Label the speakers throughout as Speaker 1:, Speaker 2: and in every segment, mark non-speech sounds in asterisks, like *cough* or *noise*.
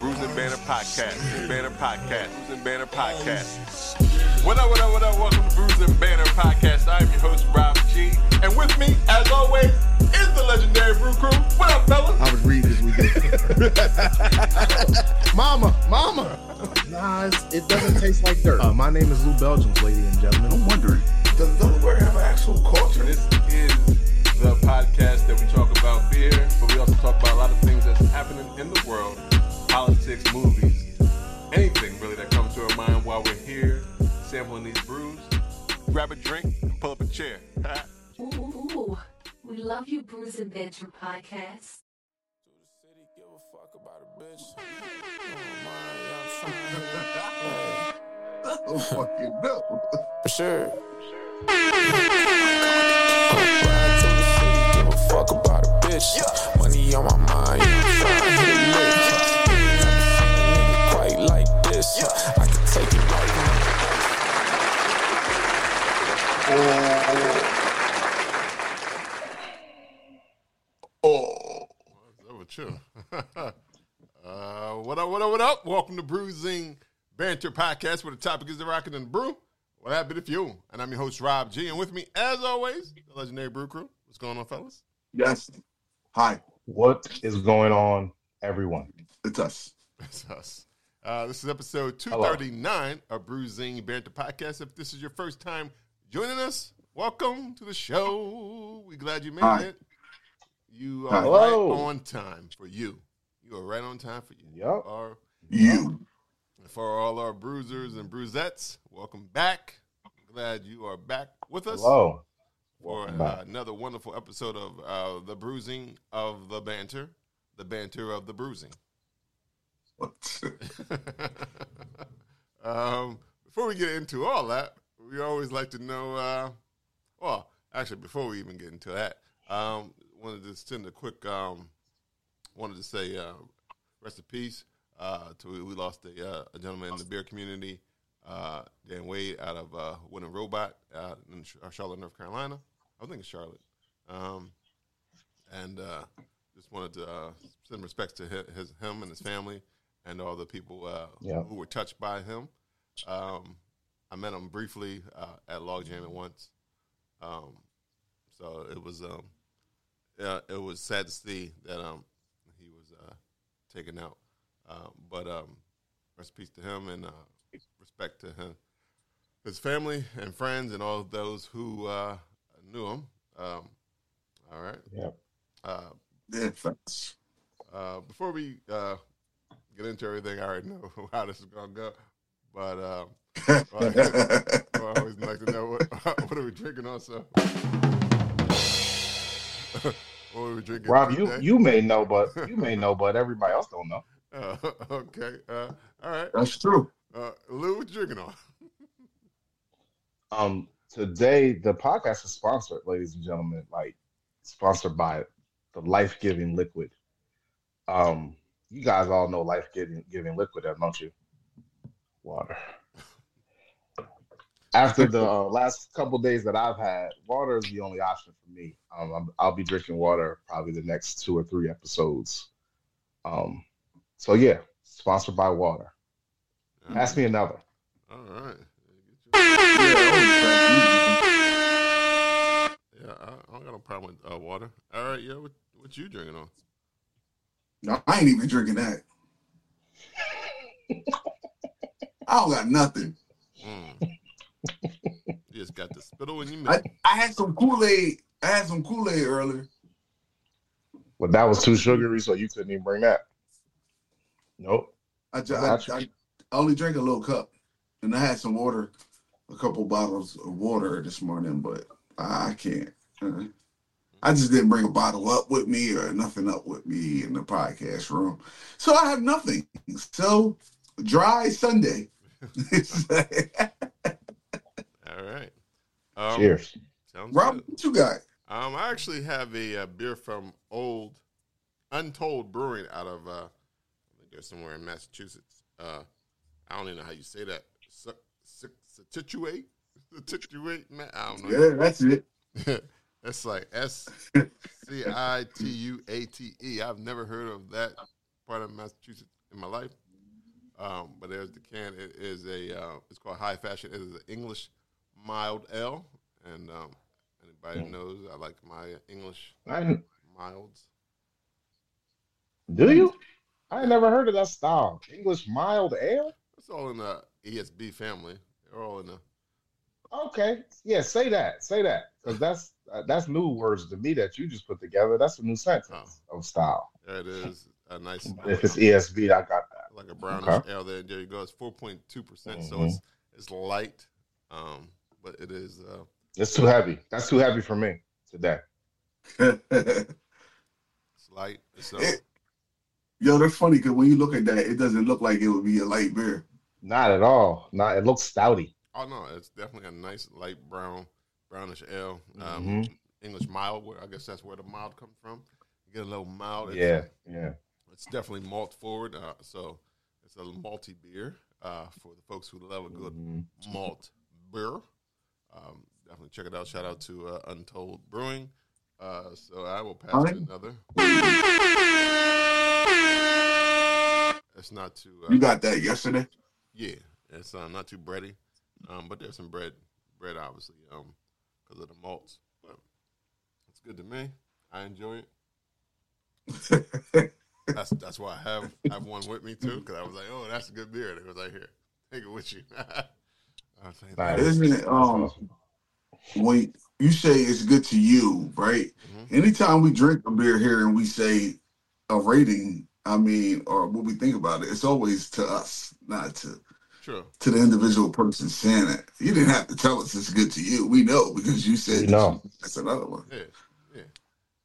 Speaker 1: News and Banner Podcast. Banner Podcast. News and Banner Podcast. What up, what up, what up? Welcome to Brews and Banner Podcast. I'm your host, Rob G. And with me, as always, is the legendary Brew Crew. What up, fellas?
Speaker 2: I was reading this weekend. *laughs* mama, mama.
Speaker 3: Nah, it's, it doesn't taste like dirt.
Speaker 2: Uh, my name is Lou Belgians, ladies and gentlemen. I'm wondering.
Speaker 1: Does Delaware have an actual culture? This is the podcast that we talk about beer, but we also talk about a lot of things that's happening in the world politics, movies, anything really that comes to our mind while we're here sampling these brews. Grab a drink and pull up a chair. *laughs*
Speaker 4: Ooh, ooh, ooh. we love you, Brews and Banter Podcast.
Speaker 2: Oh, fucking no.
Speaker 5: For sure. I'm ride to the city, give a fuck about a bitch. Money on my mind, yeah, I'm trying to get lit. Never seen a nigga quite like this. I can take it right now.
Speaker 1: Oh, that was chill. *laughs* uh, what up, what up, what up? Welcome to Bruising Banter Podcast, where the topic is the rockin' and the brew. What happened if you? And I'm your host, Rob G. And with me, as always, the legendary Brew Crew. What's going on, fellas?
Speaker 6: Yes. Hi,
Speaker 7: What is going on, everyone?
Speaker 6: it's us.
Speaker 1: *laughs* That's us. Uh, this is episode 239 of Bruising Banter Podcast. If this is your first time joining us, welcome to the show. We're glad you made
Speaker 6: Hi.
Speaker 1: it. You are
Speaker 6: Hi.
Speaker 7: Hello.
Speaker 1: right on time for you. You are right on time for you.
Speaker 7: Yup.
Speaker 1: Our-
Speaker 6: You.
Speaker 1: For all our bruisers and bruisettes, welcome back. Glad you are back with us
Speaker 7: Hello.
Speaker 1: for
Speaker 7: Welcome
Speaker 1: uh,
Speaker 7: back.
Speaker 1: another wonderful episode of uh, The Bruising of the Banter, The Banter of the Bruising. *laughs* um, before we get into all that, we always like to know. Uh, well, actually, before we even get into that, um, wanted to send a quick. Um, wanted to say uh, rest in peace uh, to we lost a, uh, a gentleman in the beer community, uh, Dan Wade, out of uh, Wooden Robot uh, in Ch- uh, Charlotte, North Carolina. I think it's Charlotte. Um, and uh, just wanted to uh, send respects to his, his him and his family and all the people uh,
Speaker 7: Yeah.
Speaker 1: who were touched by him. Um, I met him briefly uh, at Log Jam at once, um, so it was um, yeah, it was sad to see that um, he was uh, taken out. Uh, but um, rest in peace to him and uh, respect to him, his family and friends, and all of those who uh, knew him. Um, all right.
Speaker 7: Yep.
Speaker 1: Uh,
Speaker 6: Yeah, thanks.
Speaker 1: uh, before we uh, get into everything, I already know *laughs* how this is gonna go. But um, I always like to know what, *laughs* what are we drinking also. *laughs* what are we drinking?
Speaker 7: Rob, you
Speaker 1: today?
Speaker 7: you may know, but you may know, but everybody else don't know.
Speaker 1: Uh, *laughs* okay. Uh, all right.
Speaker 6: *laughs* That's true.
Speaker 1: Uh, Lou, what you drinking on?
Speaker 7: Um, today the podcast is sponsored, ladies and gentlemen, like sponsored by the Life Giving Liquid. Um, you guys all know Life Giving Giving Liquid, don't you? Water. After the uh, last couple days that I've had, water is the only option for me. Um, I'm, I'll be drinking water probably the next two or three episodes. Um, so yeah, sponsored by water. Ask me another.
Speaker 1: All right.
Speaker 6: Yeah, always thank
Speaker 1: Yeah, I, I don't got no problem with uh, water. All right. Yeah. What, what you drinking on?
Speaker 6: you. No, I ain't even drinking that. I don't got nothing.
Speaker 1: Mm. you just got the spittle in your
Speaker 6: I,
Speaker 1: mouth.
Speaker 6: I had some Kool Aid. I had some Kool Aid earlier.
Speaker 7: Well, that was too sugary, so you couldn't even bring that. Nope.
Speaker 6: I, ju- I, I, I only drank a little cup, and I had some water, a couple bottles of water this morning, but I, I can't. uh, I just didn't bring a bottle up with me or nothing up with me in the podcast room, so I have nothing. So dry Sunday. *laughs*
Speaker 1: All right. Um,
Speaker 7: Cheers.
Speaker 1: Sounds
Speaker 6: Rob,
Speaker 1: good.
Speaker 6: what you got?
Speaker 1: Um, I actually have a, uh beer from Old Untold Brewing out of uh, I think they're somewhere in Massachusetts. Uh, I don't even know how you say that. Su- su- Situate, *laughs* situate. Ma- I don't know.
Speaker 6: Yeah, that's it.
Speaker 1: *laughs* That's like S C I T U A T E. I've never heard of that part of Massachusetts in my life. Um, but there's the can. It is a. Uh, it's called High Fashion. It is an English mild ale, and um, anybody
Speaker 7: Mm.
Speaker 1: who knows, I like my English
Speaker 7: I didn't-
Speaker 1: milds.
Speaker 7: do you? I ain't never heard of that style. English mild ale?
Speaker 1: It's all in the ESB family. They're all in the.
Speaker 7: Okay. Yeah, say that. Say that. Because that's uh, that's new words to me that you just put together. That's a new sentence
Speaker 1: Oh.
Speaker 7: of style.
Speaker 1: There it is. A nice.
Speaker 7: If it's ESV, I got that.
Speaker 1: like a brownish
Speaker 7: Okay. Mm-hmm.
Speaker 1: ale there. There you go. It's four point two percent, so it's it's light, um, but it is. Uh,
Speaker 7: That's too heavy. That's too heavy for me today.
Speaker 1: it's light. So
Speaker 6: *laughs* It- *laughs* Yo, that's funny because when you look at that, it doesn't look like it would be a light beer.
Speaker 7: Not at all. Not. It looks stouty.
Speaker 1: oh no, it's definitely a nice light brown brownish ale. Um,
Speaker 6: Mm-hmm.
Speaker 7: Mhm.
Speaker 1: English mild. Where I guess that's where the mild comes from. You get a little mild. It's,
Speaker 7: Yeah. Yeah.
Speaker 1: it's definitely malt forward. Uh, so it's a malty beer uh, for the folks who love a good
Speaker 7: Mhm.
Speaker 6: Mm-hmm.
Speaker 1: malt beer. Um, definitely check it out. Shout out to uh, Untold Brewing. Uh, so I will pass
Speaker 6: Alright.
Speaker 1: to
Speaker 6: *laughs*
Speaker 1: another. It's not too. Uh,
Speaker 6: You got that yesterday?
Speaker 1: yeah, it's uh, not too bready, um, but there's some bread, bread obviously, um, because of the malts. But it's good to me. I enjoy it. that's that's why I have I have one with me too, because I was like, oh, that's a good beer. And it was like, here, take it with you. *laughs* I was like,
Speaker 7: Nice.
Speaker 6: Isn't it? Um, when you say it's good to you, right?
Speaker 1: mm-hmm,
Speaker 6: Anytime we drink a beer here and we say a rating, I mean, or what we think about it, it's always to us, not to
Speaker 1: True.
Speaker 6: to the individual person saying it. You didn't have to tell us it's good to you. We know because you said
Speaker 7: We know.
Speaker 6: that's another one.
Speaker 1: Yeah.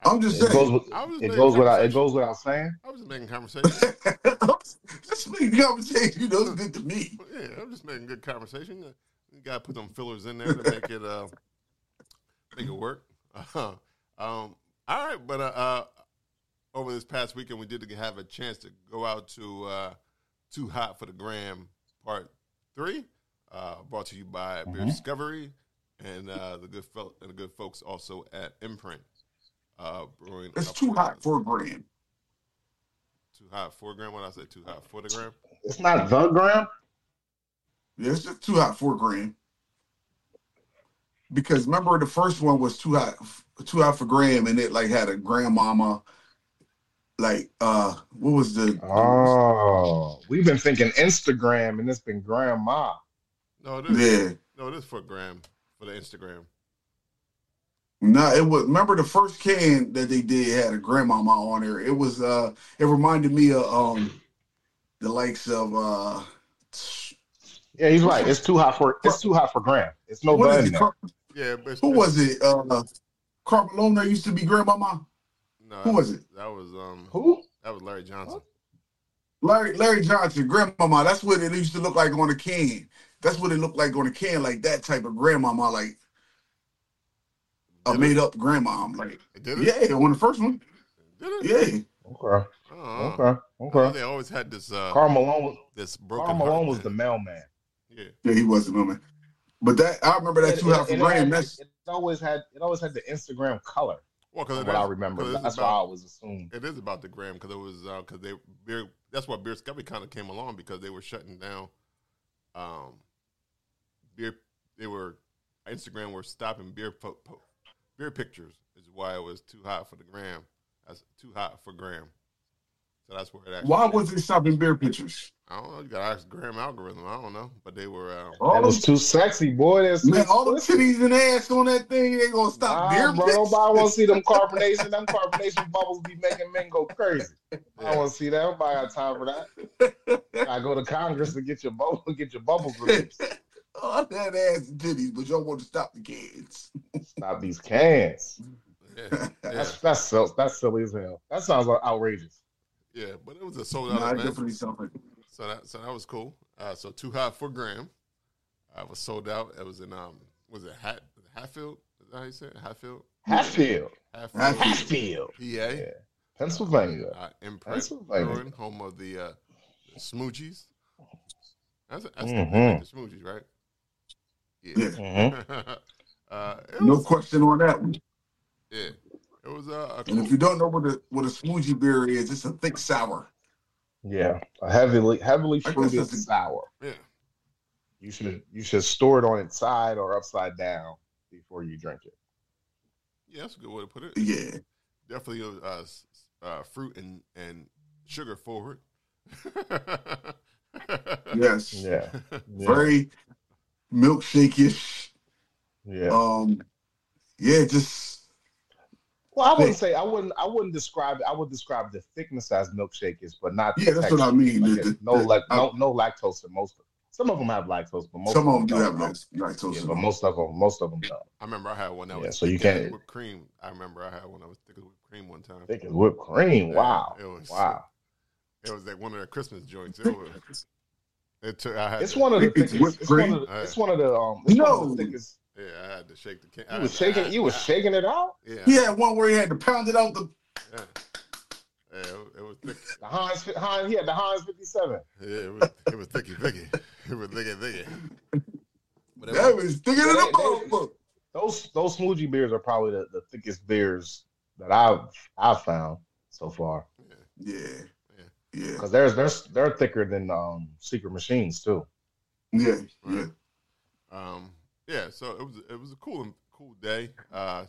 Speaker 6: I'm just
Speaker 7: It
Speaker 6: saying.
Speaker 7: goes. With,
Speaker 1: I was
Speaker 7: it
Speaker 1: making
Speaker 7: goes without. It
Speaker 1: conversation.
Speaker 7: goes without saying.
Speaker 1: I was just making conversation.
Speaker 6: *laughs* Just making conversation. You know, it's good to me.
Speaker 1: yeah, I'm just making good conversation. You gotta put some fillers in there to make it uh make it work. *laughs* Uh, um, all right, but uh, uh, over this past weekend, we did have a chance to go out to uh, Too Hot for the Gram Part Three, uh, brought to you by Beer Discovery and uh, the good fel- and the good folks also at Imprint uh, Brewing.
Speaker 6: It's
Speaker 1: up
Speaker 6: too
Speaker 1: in-
Speaker 6: hot for a brand.
Speaker 1: too hot for gram. When I said too hot for the gram,
Speaker 7: It's not the gram.
Speaker 6: Yeah, it's just too hot for grand. Because remember the first one was too hot, too hot for Graham, and it like had a grandmama, like uh, what was the?
Speaker 7: Oh, we've been thinking Instagram, and it's been grandma.
Speaker 1: no, it is
Speaker 6: Yeah,
Speaker 1: no, it is for gram for the Instagram.
Speaker 6: no, it was. Remember the first can that they did had a grandmama on there. It was uh, it reminded me of um, the likes of uh,
Speaker 7: Yeah, he's right. It's too hot for. It's too hot for gram. It's no
Speaker 6: what is
Speaker 7: bun. in
Speaker 6: it?
Speaker 7: there.
Speaker 6: Car-
Speaker 1: Yeah, but
Speaker 6: Who was it? Uh, Carl Malone that used to be grandmama.
Speaker 1: No,
Speaker 6: Who was it?
Speaker 1: That was um,
Speaker 7: Who?
Speaker 1: that was Larry Johnson.
Speaker 6: Larry Larry Johnson, grandmama. That's what it used to look like on a can. That's what it looked like on a can, like that type of grandmama, like
Speaker 7: Oh,
Speaker 6: a
Speaker 1: Did it?
Speaker 6: made up grandma. I'm Like,
Speaker 1: Did it?
Speaker 6: yeah, on the first one,
Speaker 1: Did it?
Speaker 6: yeah.
Speaker 7: Okay.
Speaker 1: Oh,
Speaker 7: Okay. Okay.
Speaker 1: They always had this uh,
Speaker 7: Carl Malone. was-
Speaker 1: this broken.
Speaker 7: Carl Malone
Speaker 1: heart
Speaker 7: was the
Speaker 1: thing.
Speaker 7: mailman.
Speaker 1: yeah.
Speaker 6: Yeah, he was the woman. But that I remember that too hot for grand.
Speaker 7: had-
Speaker 6: That's
Speaker 7: it always had. It always had the Instagram color.
Speaker 1: Well, because
Speaker 7: From what I remember. That's why I
Speaker 1: about,
Speaker 7: always assumed.
Speaker 1: it is about the gram because it was because they beer. That's why beer Discovery kind of came along because they were shutting down. Um, beer. They were Instagram were stopping beer po- po- beer pictures is why it was too hot for the gram. That's too hot for gram. So that's where it actually.
Speaker 6: why was it stopping beer pictures?
Speaker 1: I don't know. You got to ask Graham algorithm. I don't know, but they were. Um,
Speaker 6: All
Speaker 7: It was
Speaker 1: *laughs*
Speaker 6: those,
Speaker 7: too sexy, boy. That's
Speaker 6: man, all the titties and ass on that thing, they gonna stop
Speaker 7: Nah,
Speaker 6: beer
Speaker 7: bro,
Speaker 6: pictures.
Speaker 7: nobody want to see them carbonation. them carbonation bubbles be making men go crazy. I
Speaker 1: *laughs* Yeah.
Speaker 7: want to see that. Nobody got time for that. I go to Congress to get your bubble, get your bubbles released.
Speaker 6: *laughs*
Speaker 7: *laughs*
Speaker 6: all that ass and titties, but y'all want to stop the kids.
Speaker 7: Stop these cans.
Speaker 6: *laughs*
Speaker 1: yeah, yeah,
Speaker 7: That's that's so, that's silly as hell. That sounds outrageous.
Speaker 1: yeah, but it was a sold out
Speaker 6: Nah, it
Speaker 1: event,
Speaker 6: definitely something.
Speaker 1: so that so that was cool. Uh, so too hot for Graham. I was sold out. It was in um, was it Hat Hatfield? Is that how you say it? Hatfield?
Speaker 7: Hatfield,
Speaker 1: Hatfield,
Speaker 6: Hatfield.
Speaker 7: Hatfield,
Speaker 1: PA,
Speaker 7: Yeah. Pennsylvania.
Speaker 1: uh, Imprint
Speaker 7: Pennsylvania.
Speaker 1: Brewing, home of the uh, Smoochies. That's, that's
Speaker 6: Mm-hmm.
Speaker 7: Mhm.
Speaker 1: the, the Smoochies, right?
Speaker 6: Yeah,
Speaker 1: Mm-hmm.
Speaker 7: Mhm.
Speaker 1: *laughs* uh, it
Speaker 6: Mm-hmm. no
Speaker 1: was,
Speaker 6: question on that one.
Speaker 1: yeah, it was uh, a
Speaker 6: And
Speaker 1: cool,
Speaker 6: if you don't know what a what a smoothie beer is, it's a thick sour.
Speaker 7: Yeah, a heavily heavily
Speaker 6: I guess
Speaker 7: fruited
Speaker 6: that's a-
Speaker 7: sour.
Speaker 1: Yeah.
Speaker 7: You should you should store it on its side or upside down before you drink it.
Speaker 1: Yeah, that's a good way to put it.
Speaker 6: Yeah.
Speaker 1: Definitely uh, s- uh, fruit and, and sugar forward. *laughs*
Speaker 6: Yes.
Speaker 7: *laughs* Yeah, yeah,
Speaker 6: Very milkshake-ish.
Speaker 7: yeah.
Speaker 6: Um, yeah, just
Speaker 7: Well, I wouldn't say I wouldn't I wouldn't describe I would describe the thickness as milkshake is, but not the
Speaker 6: Yeah, that's what I
Speaker 7: texture.
Speaker 6: mean.
Speaker 7: Like
Speaker 6: The- the-
Speaker 7: it's no
Speaker 6: the-
Speaker 7: lac no no lactose in most. Of, some of them have lactose, but most
Speaker 6: some of them do
Speaker 7: don't.
Speaker 6: have lactose. lactose
Speaker 7: Yeah,
Speaker 6: in
Speaker 7: but
Speaker 6: them.
Speaker 7: most of them most of them don't.
Speaker 1: I remember I had one that
Speaker 7: Yeah,
Speaker 1: was
Speaker 7: so you
Speaker 1: thick as
Speaker 7: can't-
Speaker 1: whipped cream. I remember I had one that was thick as whipped cream one time.
Speaker 7: Thick as whipped cream.
Speaker 1: Yeah,
Speaker 7: Wow,
Speaker 1: it was-
Speaker 7: wow.
Speaker 1: It was like one of the Christmas joints. It
Speaker 7: *laughs*
Speaker 1: was. It took. I had.
Speaker 7: It's
Speaker 1: to-
Speaker 7: one of the
Speaker 6: Thick as
Speaker 7: thickest.
Speaker 6: whipped
Speaker 7: It's, one
Speaker 6: cream?
Speaker 7: of the, it's one of the um. It's one of the
Speaker 6: No.
Speaker 7: thickest.
Speaker 1: Yeah, I had to shake the can. I
Speaker 7: You
Speaker 1: had to-
Speaker 7: was shaking. You was shaking it out.
Speaker 1: Yeah.
Speaker 6: He had one where he had to pound it out the
Speaker 7: *laughs*
Speaker 1: Yeah. Yeah, it, it was thick.
Speaker 7: The Heinz, Heinz, he had the Heinz 57.
Speaker 1: Yeah, it was, it was thicky, thicky. *laughs* It was thicky, thicky. But it
Speaker 6: that
Speaker 1: was,
Speaker 6: was thinking in
Speaker 7: Yeah,
Speaker 6: the
Speaker 7: they-
Speaker 6: motherfucker.
Speaker 7: Those those smoothie beers are probably the, the thickest beers that I've I've found so far
Speaker 6: Yeah. Yeah.
Speaker 7: because there's there's they're thicker than um Secret Machines too.
Speaker 6: Yeah. Yeah.
Speaker 1: um, yeah. So it was it was a cool cool day. Uh,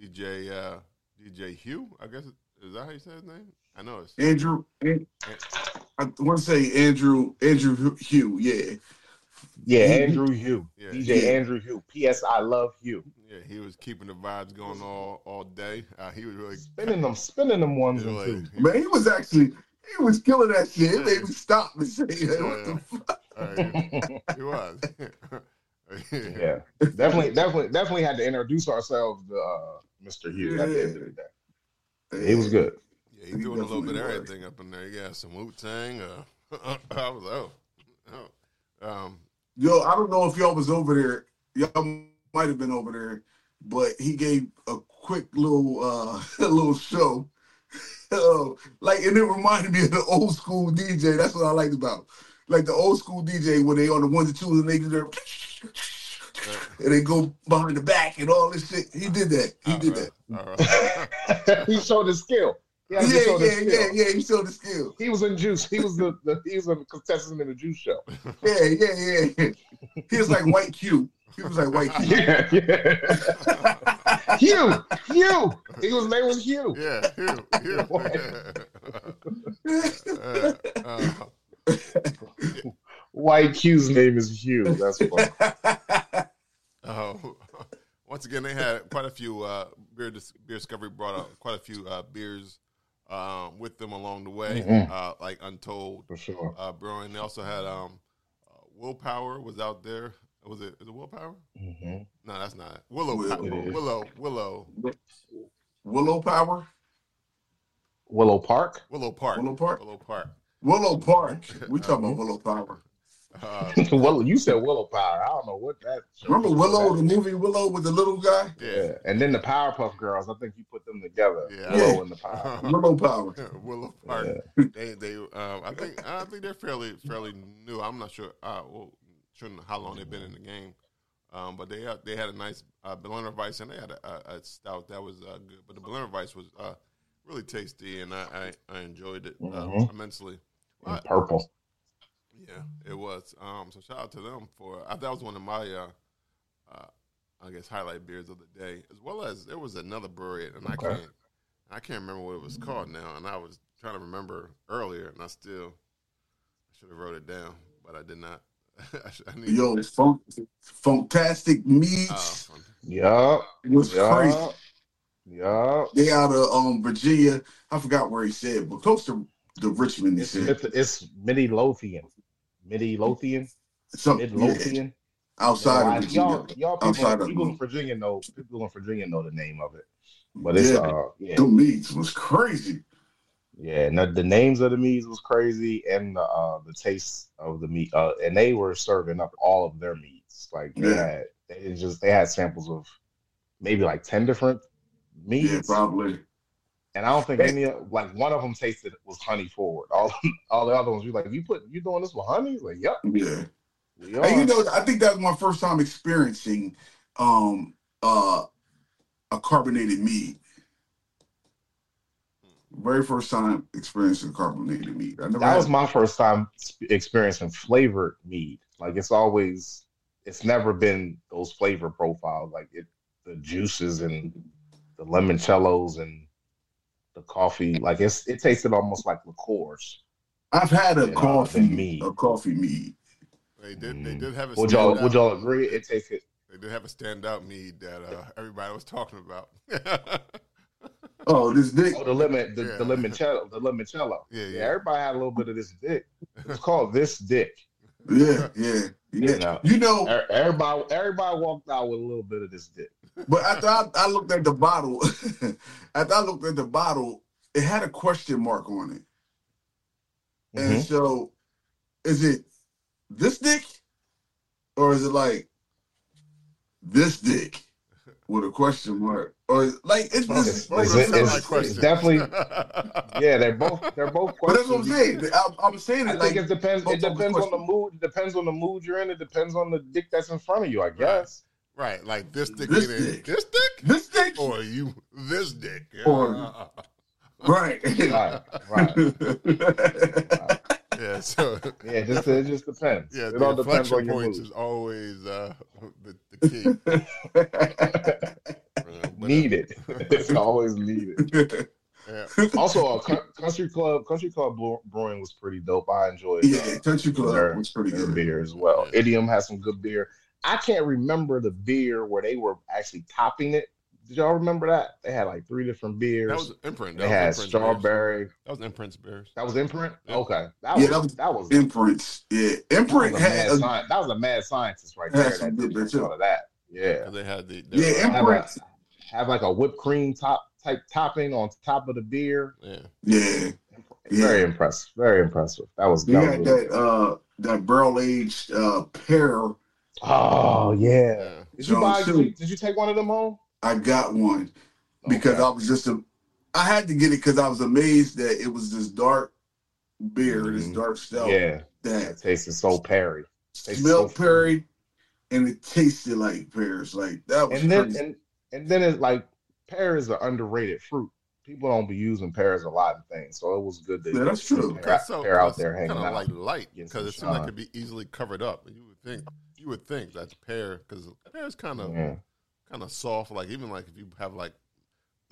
Speaker 1: DJ uh, DJ Hugh, I guess it- is that how you say his name? I know it's
Speaker 6: Andrew An- I want to say Andrew Andrew Hugh, yeah.
Speaker 7: Yeah,
Speaker 6: Mhm.
Speaker 7: Andrew Hugh,
Speaker 1: Yeah.
Speaker 7: DJ
Speaker 6: Yeah.
Speaker 7: Andrew Hugh. P.S. I love Hugh.
Speaker 1: yeah. He was keeping the vibes going all all day. Uh, he was really
Speaker 7: Spinning them, spinning them ones and
Speaker 1: really-
Speaker 7: twos.
Speaker 6: Man, he was actually he was killing that shit. It made me stop and say, *laughs* hey, what the fuck?
Speaker 1: all right,
Speaker 7: *laughs*
Speaker 1: he was. *laughs*
Speaker 7: yeah, definitely, definitely, definitely had to introduce ourselves to uh, Mr. Hugh. At the end of the day, he was good. *laughs*
Speaker 1: Yeah, he's doing a little bit of
Speaker 6: Definitely was.
Speaker 1: everything up in there. You got some Wu Tang. Uh, *laughs* I was oh, oh. Um,
Speaker 6: Yo, I don't know if y'all was over there. Y'all might have been over there, but he gave a quick little uh *laughs* little show. *laughs* Uh, like and it reminded me of the old school DJ. That's what I liked about. it. Like the old school DJ when they on the one to two and they do their and they go behind the back and all this shit. He did that. He did that.
Speaker 1: All right.
Speaker 7: he showed his skill. He
Speaker 6: Yeah,
Speaker 7: had to show the
Speaker 6: yeah,
Speaker 7: skill.
Speaker 6: yeah, yeah. He showed the skill.
Speaker 7: He was in Juice. He was the, the he was a contestant in the Juice show. *laughs*
Speaker 6: Yeah, yeah, yeah. He was like white Q. He was like white Q.
Speaker 7: Yeah, yeah. Hugh, Hugh. He was name was Hugh.
Speaker 1: *laughs* yeah,
Speaker 6: *laughs*
Speaker 1: Hugh, Hugh.
Speaker 7: Boy.
Speaker 1: *laughs* Uh, uh,
Speaker 7: White Q's name is Hugh. That's funny.
Speaker 1: oh. *laughs* Once again, they had quite a few uh, beer. Dis- beer Discovery brought out quite a few uh, beers um, with them along the way,
Speaker 7: Mhm.
Speaker 1: uh, like Untold
Speaker 7: for sure.
Speaker 1: uh, Brewing. They also had um, uh, Willpower was out there. Was it? Is it Willpower?
Speaker 7: Mhm.
Speaker 1: No, that's not it. Willow.
Speaker 6: Will-
Speaker 1: Pow-
Speaker 7: It is.
Speaker 1: Willow. Willow.
Speaker 6: *laughs* Willow Power.
Speaker 7: Willow Park. *laughs*
Speaker 1: Willow Park.
Speaker 6: Willow Park?
Speaker 1: Willow Park.
Speaker 6: Willow Park. We talking about Willow Power.
Speaker 1: Uh,
Speaker 7: Willow, you said Willow Power. I don't know what that.
Speaker 6: Remember Willow, the movie Willow with the little guy?
Speaker 1: yeah.
Speaker 7: *laughs* Yeah, and then the Powerpuff Girls. I think you put them together.
Speaker 1: Yeah. Uh-huh. *laughs*
Speaker 7: Willow and the Power.
Speaker 6: Willow Power.
Speaker 1: Willow Park. They they um I think I think they're fairly fairly new. I'm not sure uh well sure how long they've been in the game. Um but they uh, they had a nice uh Berliner Weiss and they had a, a, a stout that was uh, good. But the Berliner Weiss was uh really tasty and I I, I enjoyed it uh,
Speaker 7: Mhm.
Speaker 1: immensely.
Speaker 7: And purple.
Speaker 1: Yeah, it was. Um, so shout out to them for I, that was one of my, uh, uh, I guess, highlight beers of the day. As well as there was another brewery, and I
Speaker 7: Okay.
Speaker 1: can't, I can't remember what it was called now. And I was trying to remember earlier, and I still, I should have wrote it down, but I did not. *laughs* I, should, I need.
Speaker 6: Yo, funk, Funktastic
Speaker 1: Oh,
Speaker 6: Meats
Speaker 1: from-
Speaker 7: Yup.
Speaker 6: was crazy.
Speaker 7: Yup. Yup.
Speaker 6: They out of um Virginia. I forgot where he said, but close to the Richmond, he
Speaker 7: It's,
Speaker 6: said.
Speaker 7: it's, it's Midi Lothian. Midi Lothian? Mid
Speaker 6: Something yeah,
Speaker 7: Lothian?
Speaker 6: outside of
Speaker 7: Y'all,
Speaker 6: Virginia.
Speaker 7: y'all
Speaker 6: Outside
Speaker 7: people,
Speaker 6: of-
Speaker 7: people in Virginia know people in Virginia know the name of it. But it's
Speaker 6: yeah,
Speaker 7: uh yeah.
Speaker 6: the meats was crazy.
Speaker 7: Yeah, and the, the names of the meats was crazy and the uh the taste of the meat uh and they were serving up all of their meats. Like they
Speaker 6: Yeah.
Speaker 7: had they just they had samples of maybe like ten different
Speaker 6: Yeah,
Speaker 7: meats.
Speaker 6: probably.
Speaker 7: And I don't think any of- like one of them tasted was honey forward. All all the other ones you like you put you doing this with honey? Like yep.
Speaker 6: Yeah.
Speaker 7: we
Speaker 6: And
Speaker 7: are.
Speaker 6: you know, I think that was my first time experiencing um uh a carbonated mead. Very first time experiencing carbonated meat. I never
Speaker 7: That
Speaker 6: had
Speaker 7: was my first time sp- experiencing flavored mead. Like it's always, it's never been those flavor profiles. Like it, the juices and the limoncellos and the coffee. Like it's, it tasted almost like liqueurs.
Speaker 6: I've had a
Speaker 7: Yeah,
Speaker 6: coffee
Speaker 7: than me.
Speaker 6: a coffee mead.
Speaker 1: They did. They did have a.
Speaker 7: Would y'all,
Speaker 1: standout-
Speaker 7: would y'all agree? It tasted.
Speaker 1: They did have a standout mead that uh, everybody was talking about. *laughs*
Speaker 6: Oh, this dick.
Speaker 7: Oh, the lemon, the, the
Speaker 1: Yeah.
Speaker 7: limoncello, the limoncello.
Speaker 1: Yeah,
Speaker 7: Yeah,
Speaker 1: yeah.
Speaker 7: everybody had a little bit of this dick. It's called this dick.
Speaker 6: Yeah,
Speaker 7: *laughs*
Speaker 6: yeah, yeah.
Speaker 7: No.
Speaker 6: You know,
Speaker 7: Er- Everybody, everybody walked out with a little bit of this dick.
Speaker 6: but after I, I looked at the bottle, *laughs* after I looked at the bottle, it had a question mark on it.
Speaker 7: Mm-hmm.
Speaker 6: And so, is it this dick, or is it like this dick with a question mark, or is- like it's
Speaker 7: It's-
Speaker 6: just
Speaker 7: it's- it's-
Speaker 1: My
Speaker 7: it's
Speaker 1: question. *laughs*
Speaker 7: definitely-
Speaker 1: yeah.
Speaker 7: Yeah, they're both they're both
Speaker 6: But that's
Speaker 7: questions.
Speaker 6: what I'm saying. I'm, I'm saying
Speaker 7: I
Speaker 6: it like
Speaker 7: think it depends.
Speaker 6: both
Speaker 7: It
Speaker 6: of them
Speaker 7: depends on the
Speaker 6: questions.
Speaker 7: mood. It depends on the mood you're in. It depends on the dick that's in front of you. I guess.
Speaker 1: Right, like this dick.
Speaker 6: This
Speaker 1: This dick.
Speaker 6: dick.
Speaker 1: This dick?
Speaker 6: this dick,
Speaker 7: Oh,
Speaker 1: Or you this dick?
Speaker 6: Or-
Speaker 1: Yeah.
Speaker 6: *laughs*
Speaker 7: *laughs*
Speaker 6: right?
Speaker 7: Right. Right.
Speaker 1: *laughs* yeah. So
Speaker 7: *laughs* Yeah. Just it just depends.
Speaker 1: yeah,
Speaker 7: it
Speaker 1: the
Speaker 7: all depends on
Speaker 1: inflection
Speaker 7: your
Speaker 1: points
Speaker 7: mood.
Speaker 1: is always uh, the, the
Speaker 7: *laughs*
Speaker 1: key. Uh, but, uh,
Speaker 7: Needed. *laughs* it's always needed.
Speaker 1: *laughs* Yeah.
Speaker 7: Also, uh, Cou- country club country club Brew- brewing was pretty dope. I
Speaker 6: *laughs*
Speaker 7: enjoyed.
Speaker 6: yeah, Country
Speaker 7: Their-
Speaker 6: Club was pretty
Speaker 7: their
Speaker 6: good.
Speaker 7: beer as well. Idiom has some good beer. I can't remember the beer where they were actually topping it. Did y'all remember that? They had like three different beers.
Speaker 1: That was imprint. That was
Speaker 7: they had
Speaker 1: imprint Bears.
Speaker 7: strawberry. Oh,
Speaker 1: That was imprint's bears.
Speaker 7: That was imprint.
Speaker 1: Yeah.
Speaker 7: Okay, that
Speaker 6: Yeah,
Speaker 7: was
Speaker 6: that was
Speaker 7: that was, that
Speaker 6: Imprints. Yeah,
Speaker 7: was
Speaker 6: Imprint
Speaker 7: a
Speaker 6: had.
Speaker 7: mad
Speaker 6: A,
Speaker 7: sci- that was a mad scientist right
Speaker 6: Had
Speaker 7: there.
Speaker 6: some
Speaker 7: That
Speaker 6: good
Speaker 7: did
Speaker 6: bits,
Speaker 7: all of that. Yeah,
Speaker 1: And they had the they
Speaker 6: yeah,
Speaker 1: were-
Speaker 7: have a,
Speaker 6: Imprint.
Speaker 7: have like a whipped cream top type topping on top of the beer.
Speaker 1: yeah.
Speaker 6: Yeah, Yeah.
Speaker 7: Very impressive. Very impressive. That was.
Speaker 6: they
Speaker 7: That was
Speaker 6: had
Speaker 7: really-
Speaker 6: that uh that barrel aged uh pear.
Speaker 7: Oh yeah.
Speaker 1: yeah.
Speaker 7: Did you
Speaker 6: John
Speaker 7: buy? Did you,
Speaker 6: Sue.
Speaker 7: did you take one of them home?
Speaker 6: I got one because
Speaker 7: Okay.
Speaker 6: I was just a. I had to get it because I was amazed that it was this dark beer, this
Speaker 7: Mhm.
Speaker 6: dark stout
Speaker 7: yeah,
Speaker 6: that
Speaker 7: it tasted so perry. Tasted
Speaker 6: smelled
Speaker 7: so-
Speaker 6: perry, and it tasted like pears. Like that was
Speaker 7: and then
Speaker 6: crazy.
Speaker 7: and and then it's like pear is an underrated fruit. People don't be using pears a lot of things, so it was good to
Speaker 6: Yeah, that's
Speaker 7: get
Speaker 6: true.
Speaker 7: Pear, pear out there hanging
Speaker 1: kind of
Speaker 7: out.
Speaker 1: like light
Speaker 7: Getting
Speaker 1: because
Speaker 7: some
Speaker 1: it seemed like
Speaker 7: shine.
Speaker 1: it could be easily covered up. You would think you would think that's pear because pear is kind of
Speaker 7: yeah.
Speaker 1: kind of soft. Like even like if you have like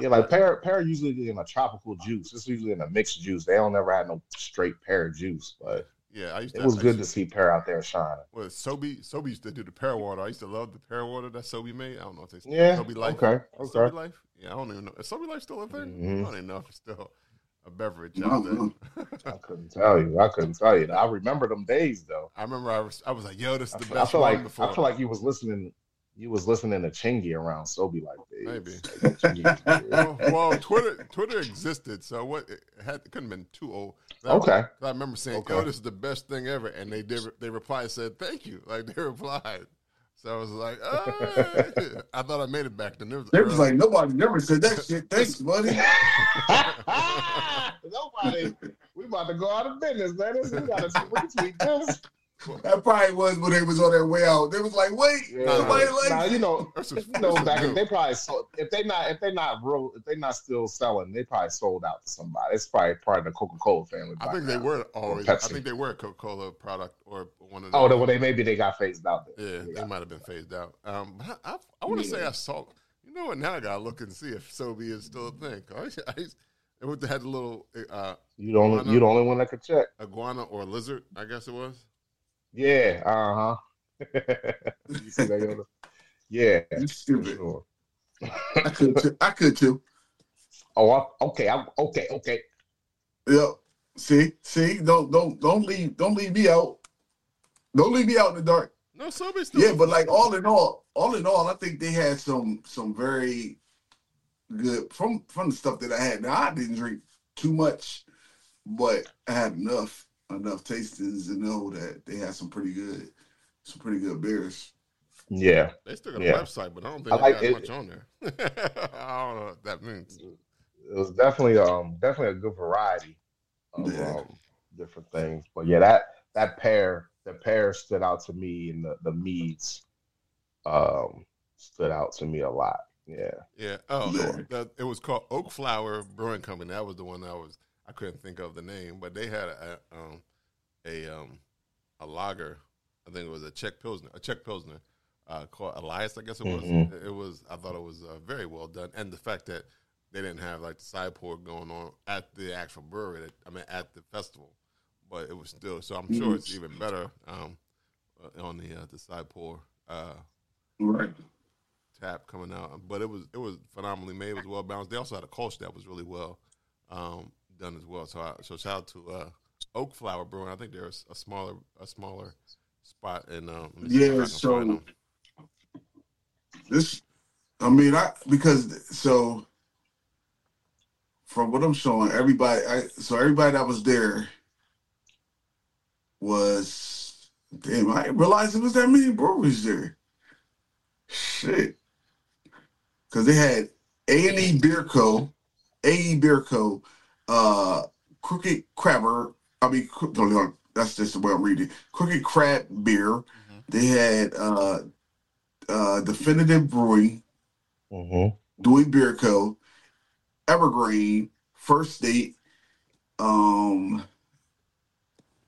Speaker 7: yeah, like pear pear usually get in a tropical juice. It's usually in a mixed juice. They don't never had no straight pear juice, but
Speaker 1: yeah, I used to
Speaker 7: it was
Speaker 1: I
Speaker 7: good to
Speaker 1: used
Speaker 7: see pear out there shining.
Speaker 1: Well, Sobe Sobe used to do the pear water. I used to love the pear water that Sobe made. I don't know if they still
Speaker 7: Yeah.
Speaker 1: Sobe Life.
Speaker 7: Okay.
Speaker 1: Is
Speaker 7: Okay.
Speaker 1: Sobe Life? Yeah, I don't even know. Is Sobe Life still a thing?
Speaker 7: Mhm.
Speaker 1: I don't even know if it's still a beverage
Speaker 6: No,
Speaker 1: out
Speaker 6: no.
Speaker 1: there.
Speaker 7: I couldn't tell you. I couldn't tell you. I remember them days though.
Speaker 1: *laughs* I remember I was I was like, yo, this is
Speaker 7: I
Speaker 1: the
Speaker 7: feel, I
Speaker 1: best
Speaker 7: feel
Speaker 1: one
Speaker 7: like
Speaker 1: before.
Speaker 7: I feel like you was listening. You was listening to Chingy around Sobe like days.
Speaker 1: Maybe.
Speaker 7: Like,
Speaker 1: *laughs*
Speaker 7: Chingy-
Speaker 1: *laughs* well, well, Twitter Twitter existed, so what it had it couldn't have been too old. I- *laughs*
Speaker 7: Okay. *laughs*
Speaker 1: I remember saying,
Speaker 7: Okay.
Speaker 1: "Yo, this is the best thing ever," and they did. They replied, said, "Thank you." Like they *laughs* replied, so I was
Speaker 7: *laughs*
Speaker 1: like, "Ah." "I thought I made it back." Then there was,
Speaker 6: They was like, nobody never said that
Speaker 7: *laughs*
Speaker 6: shit. Thanks, buddy.
Speaker 7: Nobody. We about to go out of business, man. This- We got to retweet this.
Speaker 6: That probably was when they was on their way out. They was like, wait, nobody likes
Speaker 7: Nah,
Speaker 6: it.
Speaker 7: you know,
Speaker 1: There's
Speaker 7: *laughs*
Speaker 1: some-
Speaker 7: you know,
Speaker 1: there's some
Speaker 7: back
Speaker 1: *laughs*
Speaker 7: in,
Speaker 1: new-
Speaker 7: they probably sold. If they not, if they not real, if they not still selling, they probably sold out to somebody. It's probably part of the Coca Cola family.
Speaker 1: I
Speaker 7: by
Speaker 1: think they
Speaker 7: now.
Speaker 1: were always.
Speaker 7: Pepsi.
Speaker 1: I think they were a Coca Cola product or one of.
Speaker 7: Oh,
Speaker 1: those.
Speaker 7: they- well, they maybe they got phased out. There.
Speaker 1: yeah,
Speaker 7: Yeah.
Speaker 1: they might have been phased out. Um, but I I, I want to say I saw. You know what? Now I gotta look and see if Sobe is still a thing. *laughs* I, used- I, used- it would have had a little uh,
Speaker 7: You the only, you the only one that could check.
Speaker 1: iguana or lizard. I guess it was.
Speaker 7: Yeah. Uh huh. *laughs* you see that? Yoda? Yeah.
Speaker 6: You
Speaker 7: for *laughs*
Speaker 6: stupid.
Speaker 7: Sure.
Speaker 6: I could too. I could too.
Speaker 7: Oh, I, okay. I, okay. Okay.
Speaker 6: Yep. See, see, don't don't don't leave don't leave me out. Don't leave me out in the dark.
Speaker 1: No, Sobe still.
Speaker 6: Yeah, but like all in all, all in all, I think they had some some very good from from the stuff that I had. Now I didn't drink too much, but I had enough enough tastings to know that they had some pretty good some pretty good beers.
Speaker 7: Yeah.
Speaker 1: They still got a
Speaker 7: Yeah.
Speaker 1: website, but I don't think
Speaker 7: I
Speaker 1: they
Speaker 7: like
Speaker 1: got
Speaker 7: it-
Speaker 1: much on there. *laughs* I don't know what that means.
Speaker 7: it was definitely um definitely a good variety of
Speaker 6: Yeah.
Speaker 7: um, different things. But yeah, that that pair the pair stood out to me, and the the meads um stood out to me a lot. Yeah.
Speaker 1: Yeah. Oh,
Speaker 6: Yeah.
Speaker 1: that- it was called Oak Flower Brewing Company. That was the one I was. I couldn't think of the name, but they had a a, um, a um a lager. I think it was a Czech pilsner, a Czech pilsner uh, called Elias. I guess it was.
Speaker 7: Mhm.
Speaker 1: It was. I thought it was uh, very well done, and the fact that they didn't have like the side pour going on at the actual brewery. That, I mean, at the festival, but it was still. So I'm sure it's even better um, uh, on the uh, the side pour. Uh,
Speaker 6: Right.
Speaker 1: tap coming out. But it was it was phenomenally made. It was well balanced. They also had a culture that was really well um, done as well. So I, so shout out to uh, Oak Flower Brewing. I think they're a s- a smaller a smaller spot in. Um, let me see if I
Speaker 6: Yeah,
Speaker 1: can
Speaker 6: so-
Speaker 1: find them.
Speaker 6: This, I mean, I because so from what I'm showing, everybody, I so everybody that was there was damn. I didn't realize it was that many breweries there. Shit, because they had A and E Beer Co, A E Beer Co, uh, Crooked Crabber. I mean, Cro- no, no, that's just the way I'm reading. it. Crooked Crab Beer. They had uh, uh, Definitive Brewing,
Speaker 7: Mm-hmm.
Speaker 6: Dewey Beer Co., Evergreen, First Date. Um,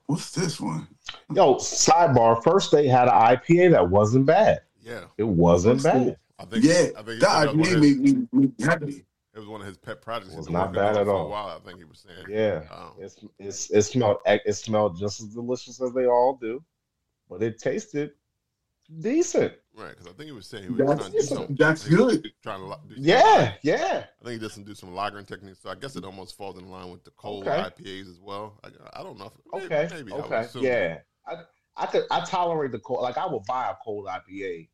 Speaker 6: what's this one?
Speaker 7: Yo, sidebar. First, they had an IPA that wasn't bad.
Speaker 1: yeah,
Speaker 7: It wasn't
Speaker 6: First
Speaker 7: bad.
Speaker 1: I think
Speaker 6: Yeah,
Speaker 1: I think
Speaker 6: that
Speaker 1: it, was one of
Speaker 6: IPA
Speaker 1: his,
Speaker 6: made me, me happy.
Speaker 1: it was one of his pet projects.
Speaker 7: It
Speaker 1: He
Speaker 7: was
Speaker 1: been
Speaker 7: not
Speaker 1: working
Speaker 7: bad
Speaker 1: on
Speaker 7: at
Speaker 1: for A
Speaker 7: all.
Speaker 1: while I think he was saying.
Speaker 7: Yeah.
Speaker 1: Um,
Speaker 7: It's, it's it smelled e, it smelled just as delicious as they all do, but it tasted decent.
Speaker 1: right, because I think he was saying he was trying to do
Speaker 6: That's,
Speaker 1: some,
Speaker 6: that's
Speaker 1: he was
Speaker 6: good.
Speaker 1: Trying to lo- do some-
Speaker 7: Yeah, yeah.
Speaker 1: I think he does some do some lagering techniques. So I guess it almost falls in line with the cold
Speaker 7: Mm-hmm. Okay.
Speaker 1: IPAs as well. I, I don't know. Maybe,
Speaker 7: Okay.
Speaker 1: maybe I would
Speaker 7: okay.
Speaker 1: assume.
Speaker 7: yeah. I I could I tolerate the cold. Like I would buy a cold IPA.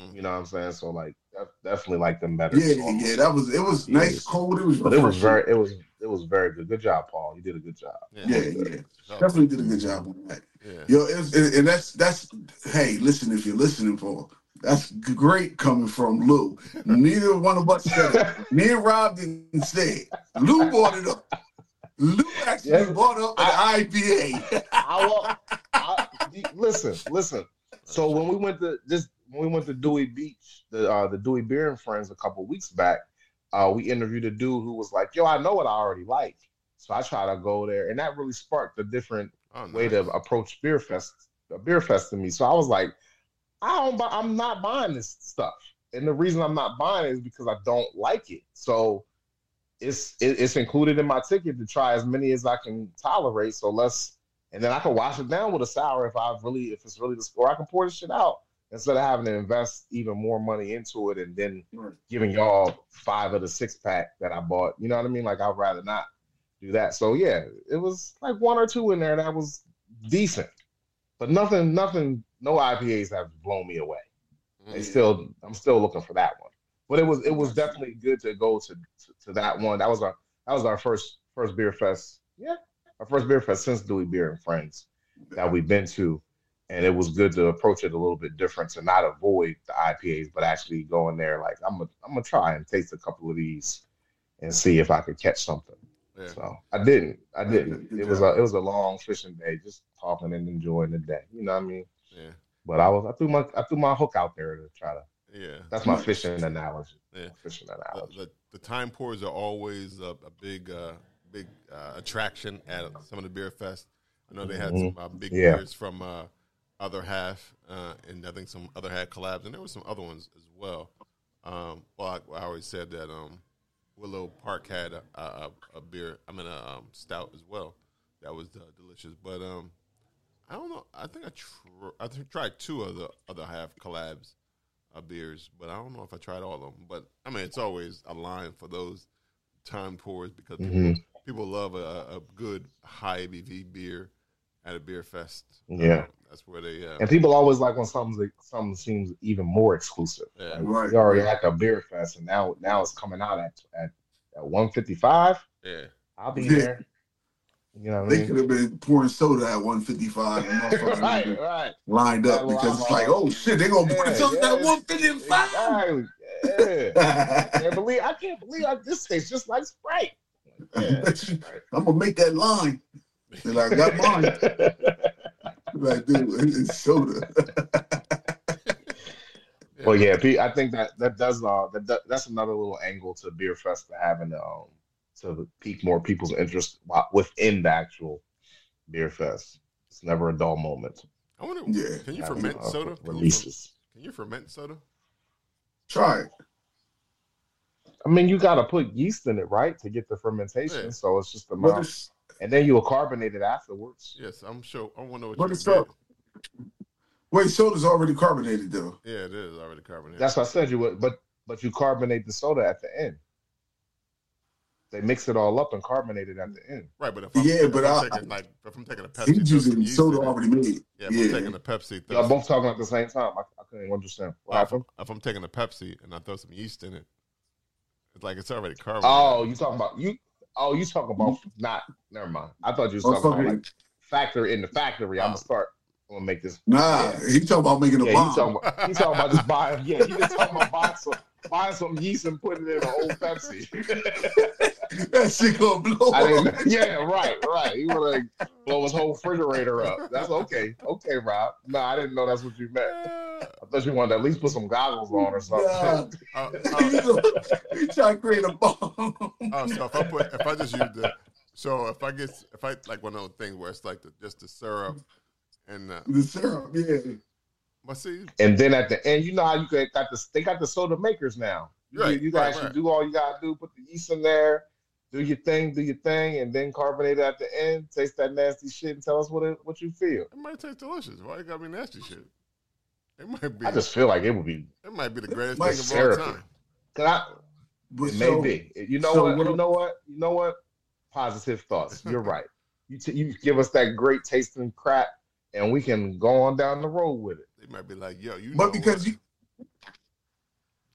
Speaker 1: Mm.
Speaker 7: You know what I'm saying? So like def- definitely like them better.
Speaker 6: Yeah, yeah, yeah, that was it. Was nice,
Speaker 7: Yes.
Speaker 6: cold. It was,
Speaker 7: But it was
Speaker 6: refreshing.
Speaker 7: very it was it was very good. Good job, Paul. You did a good job.
Speaker 6: Yeah, yeah. Definitely did a good job on that.
Speaker 1: Yeah.
Speaker 6: Yo, it was, and and that's that's. Hey, listen, if you're listening, Paul, that's great coming from Lou. Neither one of us said it. *laughs* Me and Rob didn't say it. Lou brought it up. Lou actually
Speaker 7: Yes.
Speaker 6: brought up an *laughs* IPA.
Speaker 7: I will. I, listen, listen. So when we went to this, when we went to Dewey Beach, the uh, the Dewey Beer and Friends a couple weeks back, uh, we interviewed a dude who was like, "Yo, I know what I already like." So I try to go there, and that really sparked a different
Speaker 1: Oh,
Speaker 7: way
Speaker 1: nice.
Speaker 7: to approach beer fest, a beer fest to me. So I was like, I don't, buy, I'm not buying this stuff, and the reason I'm not buying it is because I don't like it. So it's it, it's included in my ticket to try as many as I can tolerate. So let's, and then I can wash it down with a sour if I really, if it's really the score, I can pour this shit out instead of having to invest even more money into it and then giving y'all five of the six pack that I bought. You know what I mean? Like I'd rather not do that. So yeah, it was like one or two in there that was decent, but nothing, nothing, no IPAs have blown me away.
Speaker 1: Mm-hmm.
Speaker 7: They still, I'm still looking for that one. But it was, it was definitely good to go to to, to that one. That was our, that was our first first beer fest. Yeah, our first beer fest since Dewey Beer and Friends that we've been to. And it was good to approach it a little bit different to not avoid the IPAs, but actually go in there like I'm gonna I'm gonna try and taste a couple of these and see if I could catch something. *laughs*
Speaker 1: Yeah.
Speaker 7: So I didn't. I
Speaker 6: Yeah,
Speaker 7: didn't.
Speaker 6: good
Speaker 7: It was
Speaker 6: job.
Speaker 7: a it was a long fishing day, just talking and enjoying the day. You know what I mean?
Speaker 1: Yeah.
Speaker 7: But I was I threw my I threw my hook out there to try to.
Speaker 1: Yeah.
Speaker 7: That's my fishing analogy.
Speaker 1: Yeah.
Speaker 7: Fishing
Speaker 1: The,
Speaker 7: analogy.
Speaker 1: the, the time pours are always a, a big, uh, big uh, attraction at some of the beer fest. I know they had some uh, big
Speaker 7: Yeah.
Speaker 1: beers from uh, other half, uh, and I think some other half collabs, and there were some other ones as well. Um, well, I, I always said that um, Willow Park had a, a, a- a beer. I mean, a um, stout as well. That was uh, delicious, but um, I don't know. I think I tr- I think tried two of the other half collabs uh, beers, but I don't know if I tried all of them. But I mean, it's always a line for those time pours because people,
Speaker 7: Mhm.
Speaker 1: people love a, a good high ABV beer at a beer fest.
Speaker 7: Yeah.
Speaker 1: Um, that's where they. Uh,
Speaker 7: And people always like when something's something seems even more exclusive.
Speaker 1: yeah,
Speaker 6: Right.
Speaker 7: We already had the beer fest, and now now it's coming out at at, at one fifty five.
Speaker 1: yeah,
Speaker 7: I'll be
Speaker 6: Yeah.
Speaker 7: there. You know what I
Speaker 6: They could
Speaker 7: mean?
Speaker 6: have been pouring soda at 155
Speaker 7: *laughs*
Speaker 6: and motherfuckers
Speaker 7: right, right.
Speaker 6: lined up because it's like, oh shit, they gonna put
Speaker 7: Yeah,
Speaker 6: it soda
Speaker 7: yeah.
Speaker 6: at 155.
Speaker 7: Exactly. Yeah.
Speaker 6: *laughs*
Speaker 7: can't believe I can't believe I, this tastes just like Sprite. Yeah,
Speaker 6: I'm gonna make that line. They're like, I got mine.
Speaker 7: *laughs*
Speaker 6: *laughs* Like, dude, it's soda.
Speaker 1: yeah.
Speaker 7: Well, Oh, yeah, P- I think that that does uh, that, that that's another little angle to Beer Fest for having um to pique more people's interest wi- within the actual Beer Fest. It's never a dull moment.
Speaker 1: I wonder.
Speaker 6: Yeah.
Speaker 1: Can you
Speaker 7: having,
Speaker 1: ferment
Speaker 7: uh,
Speaker 1: soda? Can you, fer-
Speaker 7: releases.
Speaker 1: can you ferment soda?
Speaker 6: Try it.
Speaker 7: I mean, you got to put yeast in it, right, to get the fermentation.
Speaker 1: Yeah.
Speaker 7: So it's just the
Speaker 6: But
Speaker 7: amount,
Speaker 6: it's
Speaker 7: and then you'll carbonate it afterwards.
Speaker 1: Yes, I'm sure. I wonder what.
Speaker 6: Let
Speaker 1: you
Speaker 6: us go. wait, soda's already carbonated though.
Speaker 1: Yeah, it is already carbonated.
Speaker 7: That's what I said you would, but but you carbonate the soda at the end. They mix it all up and carbonate it at the end.
Speaker 1: right. But if I'm,
Speaker 6: Yeah,
Speaker 1: if
Speaker 6: but
Speaker 1: I'm
Speaker 6: I-
Speaker 1: taking, like if I'm taking a Pepsi,
Speaker 6: He's
Speaker 1: throw some
Speaker 6: using
Speaker 1: yeast
Speaker 6: soda
Speaker 1: in it.
Speaker 6: already made.
Speaker 1: Yeah, if I'm
Speaker 6: yeah.
Speaker 1: taking a Pepsi. throw
Speaker 7: Y'all
Speaker 1: some-
Speaker 7: both talking at the same time. I, I couldn't understand what
Speaker 1: if,
Speaker 7: happened.
Speaker 1: I'm, if I'm taking a Pepsi and I throw some yeast in it, it's like it's already carbonated.
Speaker 7: Oh, you talking about you? Oh, you talking about not? Never mind. I thought
Speaker 6: Oh,
Speaker 7: you was talking about
Speaker 6: Motherfucker,
Speaker 7: like factory in the factory. I'm gonna start. I'm gonna make this.
Speaker 6: nah, he talking about making a
Speaker 7: Yeah,
Speaker 6: bomb.
Speaker 7: he talking about he talking about
Speaker 6: *laughs*
Speaker 7: just buying. Yeah, he just talking about buying some buying some yeast and putting it in an
Speaker 6: *laughs*
Speaker 7: old Pepsi.
Speaker 6: that shit gonna blow
Speaker 7: I
Speaker 6: up.
Speaker 7: didn't, yeah, right, right. He would like blow his whole refrigerator up. That's okay, okay, Rob. No, I didn't know that's what you meant.
Speaker 1: Uh,
Speaker 7: I thought you wanted to at least put some goggles on or something.
Speaker 6: Nah.
Speaker 1: uh,
Speaker 6: *laughs* He
Speaker 1: uh,
Speaker 6: gonna- he trying to create a bomb. *laughs*
Speaker 1: Oh, so if I put, if I just use the, so if I get, if I like one of those things where it's like the, just the syrup and the,
Speaker 6: the syrup, yeah.
Speaker 1: but see,
Speaker 7: And then at the end, you know how you got got this. They got the soda makers now. You,
Speaker 1: Right,
Speaker 7: you
Speaker 1: right,
Speaker 7: guys should
Speaker 1: right.
Speaker 7: do all you gotta do. Put the yeast in there, do your thing, do your thing, and then carbonate it at the end. Taste that nasty shit and tell us what it, what you feel.
Speaker 1: it might taste delicious. Why you got me nasty shit? It might be,
Speaker 7: I just feel like it would be.
Speaker 1: it might be the greatest
Speaker 6: might
Speaker 1: thing of
Speaker 7: syrup.
Speaker 1: all time.
Speaker 7: Cause I,
Speaker 6: But
Speaker 7: It
Speaker 6: so-
Speaker 7: may be. You know
Speaker 6: so
Speaker 7: what?
Speaker 6: what-
Speaker 7: You know what? You know what? Positive thoughts. You're right. You t- you give us that great tasting crap, and we can go on down the road with it.
Speaker 1: They might be like, yo, you. know
Speaker 6: But because
Speaker 1: what?
Speaker 6: you,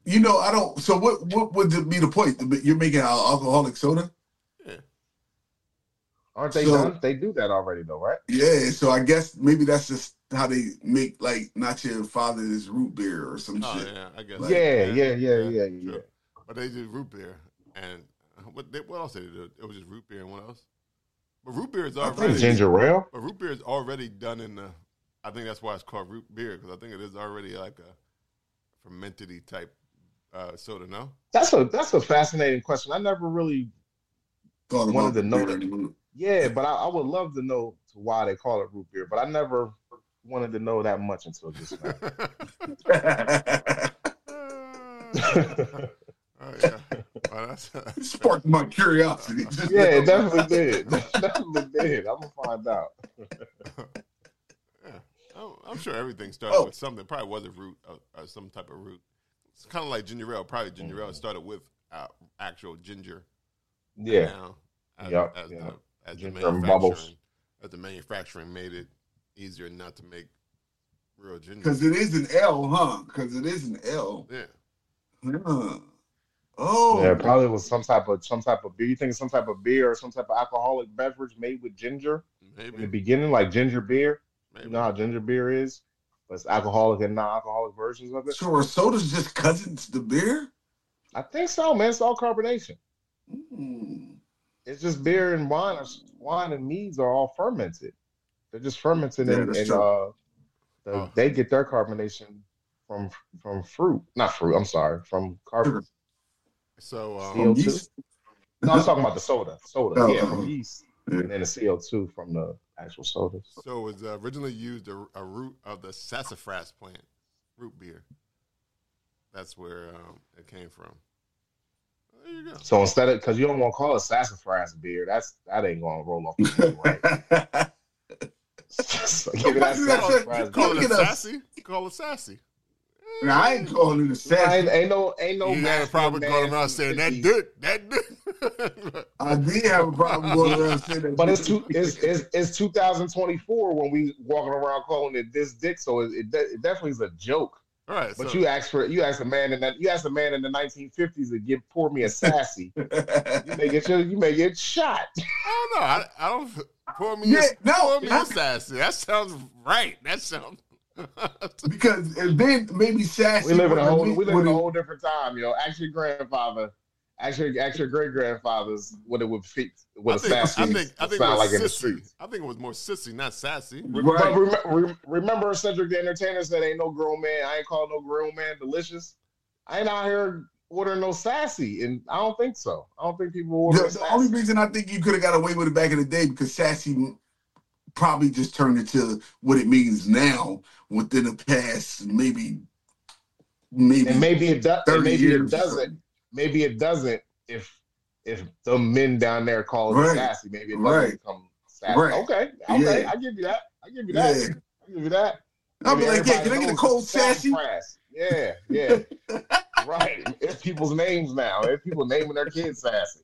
Speaker 6: you know, I don't. So what? What would be the point? You're making al- alcoholic soda.
Speaker 7: Aren't they
Speaker 6: So-
Speaker 7: done? They do that already, though, right?
Speaker 6: Yeah. So I guess maybe that's just how they make like not your father's root beer or some
Speaker 1: Oh
Speaker 6: shit.
Speaker 1: yeah, I guess.
Speaker 7: yeah, yeah, yeah, yeah, yeah.
Speaker 1: Sure. But they did root beer and what? They, what else did they do? It was just root beer and what else? But root beer is
Speaker 6: I think
Speaker 1: already
Speaker 7: Ginger ale.
Speaker 1: But root beer is already done in the. I think that's why it's called root beer because I think it is already like a fermented type uh, soda. No, *laughs*
Speaker 7: That's a that's a fascinating question. I never really.
Speaker 6: Thought
Speaker 7: One of
Speaker 6: about
Speaker 7: the
Speaker 6: root
Speaker 7: noted-
Speaker 6: beer.
Speaker 7: Yeah, but I, I would love to know why they call it root beer. But I never wanted to know that much until just
Speaker 1: *laughs*
Speaker 7: now.
Speaker 1: oh yeah, Wow, that's,
Speaker 6: *laughs*
Speaker 1: uh,
Speaker 6: Sparked my curiosity.
Speaker 7: yeah, it definitely did. *laughs* definitely did. I'm gonna find out.
Speaker 1: yeah. I'm, I'm sure everything started
Speaker 6: Oh.
Speaker 1: with something. Probably was a root, uh, uh, some type of root. It's kind of like ginger ale. Probably ginger ale started with uh, actual ginger. and
Speaker 7: Yeah.
Speaker 1: now as,
Speaker 7: Yep,
Speaker 1: as
Speaker 7: yep.
Speaker 1: the as the
Speaker 7: Ginger and
Speaker 1: manufacturing
Speaker 7: bubbles.
Speaker 1: as the manufacturing made it easier not to make real ginger.
Speaker 6: Because it is an L, huh? Because it is an L.
Speaker 1: Yeah.
Speaker 6: Huh. Oh,
Speaker 7: Yeah, probably was some type of some type of beer. You think some type of beer or some type of alcoholic beverage made with ginger in the
Speaker 1: Maybe.
Speaker 7: beginning, like ginger beer.
Speaker 1: maybe.
Speaker 7: You know how ginger beer is, but it's alcoholic and non-alcoholic versions of it.
Speaker 6: so are sodas just cousins to beer?
Speaker 7: I think so, man. It's all carbonation.
Speaker 6: *laughs* Mm.
Speaker 7: It's just beer and wine. Or wine and meads are all fermented. They're just fermented,
Speaker 6: Yeah,
Speaker 7: and,
Speaker 6: that's
Speaker 7: and
Speaker 6: true.
Speaker 7: uh, the,
Speaker 1: Oh.
Speaker 7: they get their carbonation from from fruit, not fruit. I'm sorry, from carbon.
Speaker 1: So um,
Speaker 7: Steel. CO2?
Speaker 6: Yeast?
Speaker 7: No, I'm talking about the soda. Soda,
Speaker 6: Oh,
Speaker 7: yeah, from
Speaker 6: oh.
Speaker 7: yeast,
Speaker 6: Yeah.
Speaker 7: and then the CO2 from the actual sodas.
Speaker 1: so it was originally used a, a root of the sassafras plant, root beer. That's where um, it came from. There you go.
Speaker 7: So instead of because you don't want to call it sassafras beer, that's that ain't gonna roll off. The
Speaker 6: *laughs*
Speaker 7: tongue, right? *laughs* so give it that
Speaker 6: That's what-
Speaker 7: sassafras
Speaker 6: Look
Speaker 1: Call
Speaker 7: beer.
Speaker 1: it
Speaker 6: at us.
Speaker 1: sassy. Call it sassy.
Speaker 6: Now, I ain't calling it a
Speaker 7: Ain't,
Speaker 6: sassy.
Speaker 7: ain't no ain't no.
Speaker 1: you got a
Speaker 7: masculine
Speaker 1: problem
Speaker 7: man
Speaker 1: going around
Speaker 7: from
Speaker 1: saying
Speaker 7: the
Speaker 1: that
Speaker 7: 50s.
Speaker 1: dirt, that dirt.
Speaker 6: I did have a problem going around saying that.
Speaker 7: But
Speaker 1: *laughs*
Speaker 7: it's two it's, it's it's 2024 when we walking around calling it this dick, so it, it, de- it definitely is a joke.
Speaker 1: All *laughs* right.
Speaker 7: But
Speaker 1: so,
Speaker 7: you asked for you asked a man in that you asked a man in the 1950s to give pour
Speaker 1: *laughs*
Speaker 7: me a sassy.
Speaker 6: *laughs*
Speaker 7: you may get your, you may get shot.
Speaker 1: I don't know. Oh, I, I don't pour me.
Speaker 6: yeah,
Speaker 1: a-
Speaker 6: no,
Speaker 1: Call me
Speaker 6: I-
Speaker 1: a sassy. That sounds right. That sounds. *laughs*
Speaker 6: because and then maybe sassy.
Speaker 7: We live in a
Speaker 6: wouldn't
Speaker 7: whole
Speaker 6: mean-
Speaker 7: we live in a
Speaker 6: wouldn't-
Speaker 7: whole different time, yo. Ask your grandfather. actually, actually, great grandfathers would it would fit
Speaker 1: I
Speaker 7: with a
Speaker 1: think, I
Speaker 7: sassy.
Speaker 1: think, I think it
Speaker 7: sound
Speaker 1: was
Speaker 7: like in the
Speaker 1: sissy.
Speaker 7: streets.
Speaker 1: I think it was more sissy, not sassy.
Speaker 7: Re-
Speaker 6: Right.
Speaker 7: But rem- rem- remember, Cedric the Entertainer said, "Ain't no grown man. I ain't called no grown man delicious. I ain't out here ordering no sassy, and I don't think so. I don't think people
Speaker 6: The,
Speaker 7: order
Speaker 6: the
Speaker 7: sassy.
Speaker 6: only reason I think you could have got away with it back in the day because sassy probably just turned into what it means now within the past maybe maybe
Speaker 7: and maybe it does.
Speaker 6: thirty
Speaker 7: Maybe
Speaker 6: years.
Speaker 7: it doesn't. Maybe it doesn't. If if the men down there call it
Speaker 6: Right.
Speaker 7: sassy, maybe it doesn't
Speaker 6: Right.
Speaker 7: become sassy.
Speaker 6: Right.
Speaker 7: Okay, okay,
Speaker 6: Yeah.
Speaker 7: I give you that. I give you that.
Speaker 6: Yeah,
Speaker 7: I give you that.
Speaker 6: I'll be
Speaker 7: Maybe
Speaker 6: like, yeah,
Speaker 7: everybody
Speaker 6: can I get a
Speaker 7: knows
Speaker 6: cold sassy?
Speaker 7: sassafras. Yeah,
Speaker 6: *laughs*
Speaker 7: yeah. right. It's people's names now. It's people naming their kids sassy.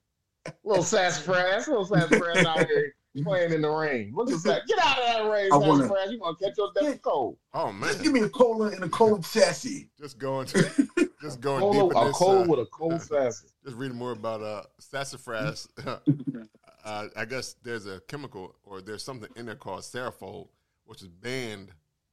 Speaker 7: Little sassafras, little sassafras out here playing in the rain. Look at that. Get out of that rain,
Speaker 6: I wanna-
Speaker 7: sassafras. You're going to catch your death cold.
Speaker 1: Oh
Speaker 6: Just give
Speaker 1: man,
Speaker 6: me a cola and a cold sassy.
Speaker 1: just going, to, just going
Speaker 7: Cold,
Speaker 1: deep in
Speaker 7: a
Speaker 1: this.
Speaker 7: cold
Speaker 1: Uh,
Speaker 7: with a cold sassy.
Speaker 1: just reading more about uh, sassafras. *laughs* uh, I guess there's a chemical or there's something in there called Serafol, which is banned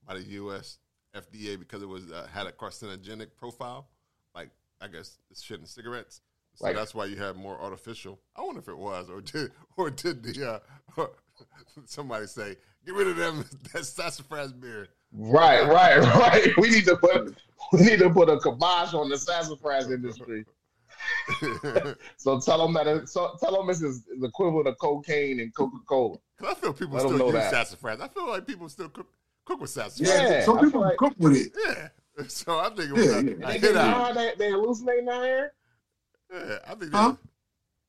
Speaker 1: by the U.S. FDA because it was uh, had a carcinogenic profile. Like I guess it's shit in cigarettes. So
Speaker 7: Like-
Speaker 1: that's why you have more artificial. I wonder if it was or did or did the uh, *laughs* somebody say get rid of them *laughs* that sassafras beer. *laughs*
Speaker 7: Right,
Speaker 1: uh,
Speaker 7: right, right. We need to put we need to put a kibosh on the sassafras industry.
Speaker 1: Cause
Speaker 7: So tell them that it, so tell them this is the equivalent of cocaine and Coca Cola.
Speaker 1: I feel people
Speaker 7: Let 'em
Speaker 1: still
Speaker 7: know
Speaker 1: use
Speaker 7: that.
Speaker 1: sassafras. I feel like people still cook cook with sassafras.
Speaker 6: Yeah,
Speaker 7: Yeah,
Speaker 6: some
Speaker 7: I
Speaker 6: people
Speaker 7: feel like-
Speaker 6: cook with it.
Speaker 1: Yeah. *laughs* So I think it was a-
Speaker 6: Yeah, yeah.
Speaker 1: a
Speaker 7: They
Speaker 1: hit
Speaker 7: getting
Speaker 1: out.
Speaker 7: high. They, they hallucinating out here.
Speaker 1: Yeah, I think
Speaker 6: Huh?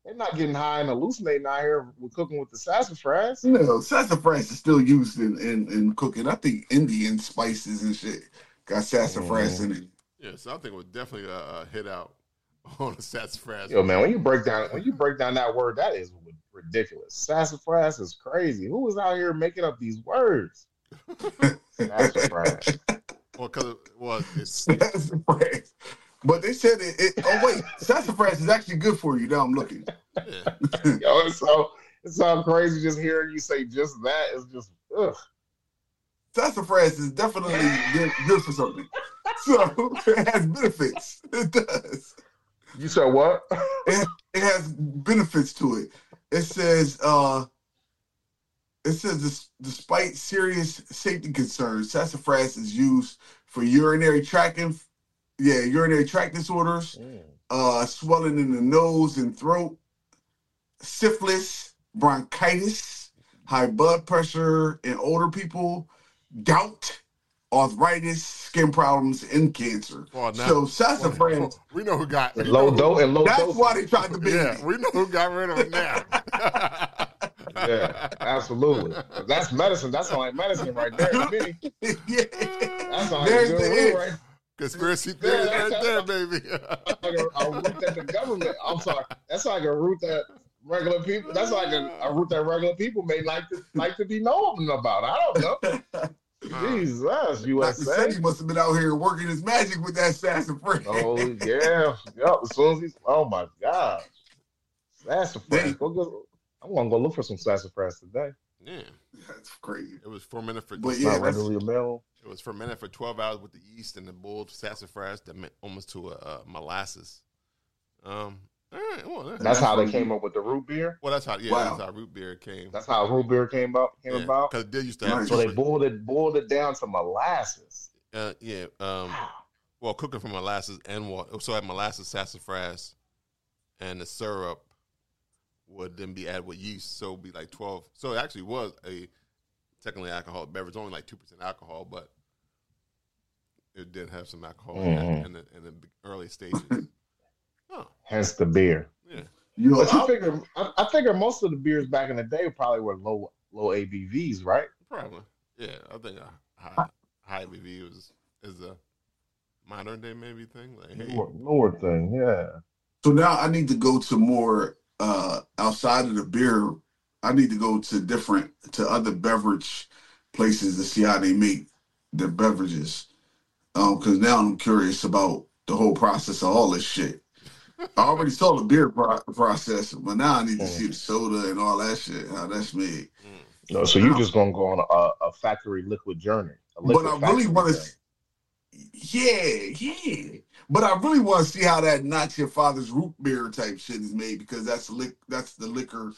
Speaker 7: They're not getting high and hallucinating out here with cooking with the sassafras.
Speaker 6: No, sassafras is still used in, in, in cooking. I think Indian spices and shit got sassafras
Speaker 7: Mm.
Speaker 6: in it.
Speaker 1: Yeah, so I think it was definitely a, a hit out on a sassafras.
Speaker 7: Yo, man, when you break down when you break down that word, that is ridiculous. Sassafras is crazy. Who is out here making up these
Speaker 6: *laughs*
Speaker 7: words? Sassafras.
Speaker 1: Well, because it was
Speaker 6: *laughs*
Speaker 1: it's
Speaker 6: sassafras. But they said it, it. Oh wait, sassafras is actually good for you. Now I'm looking.
Speaker 1: yeah.
Speaker 7: Yo, it's so it's so crazy just hearing you say just that. It's just ugh.
Speaker 6: Sassafras is definitely good, good for something. So *laughs* it has benefits. It does.
Speaker 7: You said what?
Speaker 6: It has benefits to it. It says. uh it says, "Des- despite serious safety concerns, sassafras is used for urinary tract, inf- yeah, urinary tract disorders, uh, swelling in the nose and throat, syphilis, bronchitis, high blood pressure in older people, gout, arthritis, skin problems, and cancer.
Speaker 1: Well, now,
Speaker 6: So
Speaker 7: *laughs*
Speaker 6: sassafras,
Speaker 1: we know who got
Speaker 7: And low dose and low
Speaker 6: that's
Speaker 7: dose.
Speaker 6: why they tried to be.
Speaker 1: Yeah, we know who got rid of it now.
Speaker 6: *laughs*
Speaker 1: *laughs*
Speaker 7: Yeah, absolutely. That's medicine. That's like medicine right there. To me.
Speaker 6: *laughs*
Speaker 7: *laughs*
Speaker 6: yeah.
Speaker 7: That's like
Speaker 6: There's
Speaker 7: good
Speaker 6: the
Speaker 7: rule
Speaker 6: end.
Speaker 7: right
Speaker 1: Conspiracy theory right there, baby. *laughs* Uh,
Speaker 7: like a, a route that the government. I'm sorry. That's like a route that regular people. That's like a, a route that regular people may like to like to be known about. I don't know. *laughs* Uh-huh. Jesus,
Speaker 6: Dr.
Speaker 7: USA.
Speaker 6: Sethi must have been out here working his magic with that sassafras.
Speaker 7: Oh yeah, yep. As soon as he's, oh my god, sassafras. Go, go, I'm gonna go look for some sassafras today.
Speaker 1: yeah,
Speaker 6: *laughs* That's crazy.
Speaker 1: it was fermented for
Speaker 6: But
Speaker 7: Yeah,
Speaker 6: Yeah,
Speaker 7: Not
Speaker 6: that's-
Speaker 7: readily available.
Speaker 1: it was fermented for twelve hours with the yeast and the boiled sassafras that meant almost to a, uh molasses. Um, all right, well, that-
Speaker 7: That's how they came up with the root beer.
Speaker 1: well, that's how yeah,
Speaker 6: Wow.
Speaker 1: that's how root beer came.
Speaker 7: That's how root beer came about. Came about.
Speaker 1: because they used to have
Speaker 6: Nice.
Speaker 7: So they
Speaker 1: different-
Speaker 7: boiled it, boiled it down to molasses.
Speaker 1: Uh, yeah. Um, well, cooking from molasses and water. So I had molasses, sassafras, and the syrup would then be added with yeast. So it'd be like 12. So it actually was a technically alcoholic beverage, only like 2% alcohol, but it did have some alcohol in, that,
Speaker 7: Mhm.
Speaker 1: in, the, in the early stages. oh,
Speaker 7: Hence the beer.
Speaker 1: yeah.
Speaker 6: You know,
Speaker 7: But you figure, I, I figure most of the beers back in the day probably were low, low ABVs, right?
Speaker 1: Probably. Yeah. I think a high, high ABV is, is a modern day maybe thing. Like, hey,
Speaker 7: Lower, lower thing, yeah.
Speaker 6: So now I need to go to more uh outside of the beer. I need to go to different to other beverage places to see how they make their beverages. Um, because now I'm curious about the whole process of all this shit. I already saw the beer pro- process, but now I need to see the soda and all that shit, how that's made.
Speaker 1: mm,
Speaker 7: No, so you're just gonna go on a, a factory liquid journey. a
Speaker 6: But
Speaker 7: liquid
Speaker 6: I really
Speaker 7: factory
Speaker 6: want
Speaker 7: journey.
Speaker 6: to, yeah, yeah. But I really want to see how that not your father's root beer type shit is made because that's lick that's the liquor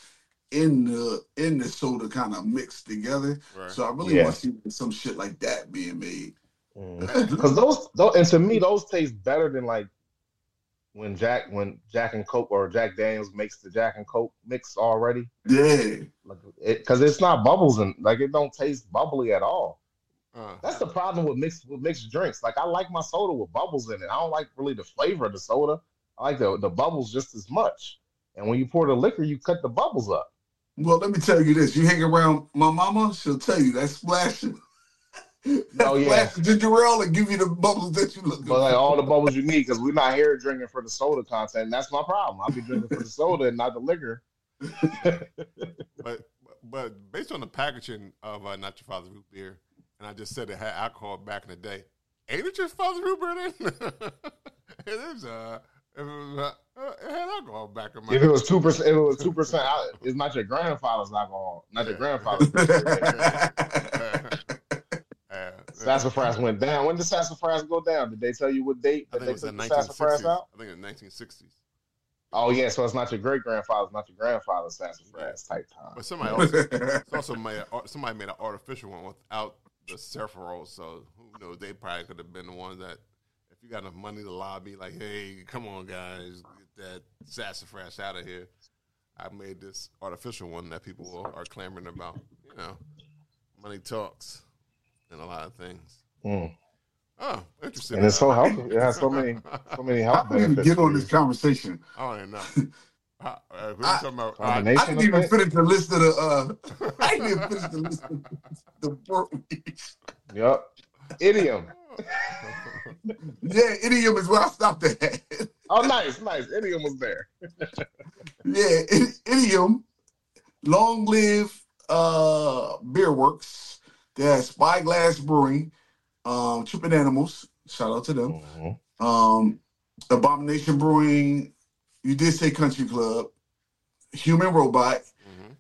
Speaker 6: in the in the soda kind of mixed together.
Speaker 1: Right.
Speaker 6: So I really
Speaker 7: Yeah.
Speaker 6: want to see some shit like that being made. *laughs*
Speaker 7: Because Mm. those, those, and to me, those taste better than like when Jack, when Jack and Coke or Jack Daniels makes the Jack and Coke mix already.
Speaker 6: Yeah.
Speaker 7: Like, it because it's not bubbles and like it don't taste bubbly at all.
Speaker 1: Uh,
Speaker 7: That's the problem with mixed with mixed drinks. Like I like my soda with bubbles in it. I don't like really the flavor of the soda. I like the the bubbles just as much. And when you pour the liquor, you cut the bubbles up.
Speaker 6: Well, let me tell you this: you hang around my mama, she'll tell you that splashing. *laughs* That
Speaker 7: Oh, yeah.
Speaker 6: splash of ginger ale and give you the bubbles that you look.
Speaker 7: But like all the bubbles you need, because we're not here drinking for the soda content. And that's my problem. I'll be drinking for the soda and not the liquor.
Speaker 1: but but based on the packaging of uh, not your father's root beer, and I just said it had alcohol back in the day. Ain't it your father's root beer then? *laughs* it is. Uh, it, was, uh, uh, it had alcohol back in my.
Speaker 7: If it was two percent, if it was two percent,
Speaker 1: *laughs*
Speaker 7: it's not your grandfather's alcohol, not your
Speaker 1: Yeah. *laughs*
Speaker 7: grandfather's.
Speaker 1: uh,
Speaker 7: sassafras went down. When did sassafras go down? Did they tell you what date
Speaker 1: I
Speaker 7: that
Speaker 1: think it
Speaker 7: they
Speaker 1: was in
Speaker 7: took
Speaker 1: the
Speaker 7: the sassafras
Speaker 1: 1960s.
Speaker 7: out?
Speaker 1: I think in the 1960s.
Speaker 7: Oh yeah, so it's not your great grandfather's, not your grandfather's sassafras type time.
Speaker 1: But somebody
Speaker 7: *laughs*
Speaker 1: else It's also made a, somebody made an artificial one without the Sephiroth, so who knows? They probably could have been the ones that, if you got enough money to lobby, like, hey, come on, guys, get that sassafras out of here. I made this artificial one that people are, are clamoring about. You know, money talks and a lot of things.
Speaker 7: Mm.
Speaker 1: Oh, interesting.
Speaker 7: And it's so healthy. It has
Speaker 1: *laughs*
Speaker 7: so many, so many
Speaker 6: How
Speaker 7: health
Speaker 6: did we even
Speaker 7: benefits.
Speaker 6: get on this conversation?
Speaker 1: I don't even
Speaker 7: *laughs*
Speaker 1: know. How- Oh, uh, we were
Speaker 6: I-
Speaker 1: talking about. I,
Speaker 6: I
Speaker 7: Combination
Speaker 6: didn't
Speaker 7: of
Speaker 6: even
Speaker 7: it?
Speaker 6: finish the list of the.
Speaker 1: *laughs*
Speaker 6: Uh, *laughs* I didn't even finish the list of the four weeks.
Speaker 7: Yep. Idiom.
Speaker 1: *laughs*
Speaker 6: Yeah, idiom is where I stopped at. *laughs*
Speaker 7: Oh, nice, nice. Idiom was there.
Speaker 6: yeah, i- idiom. Long live uh, Beer Works. There's Spyglass Brewing, um, Tripping Animals. Shout out to them. um, Abomination Brewing. You did say Country Club, Human Robot,
Speaker 1: Mhm.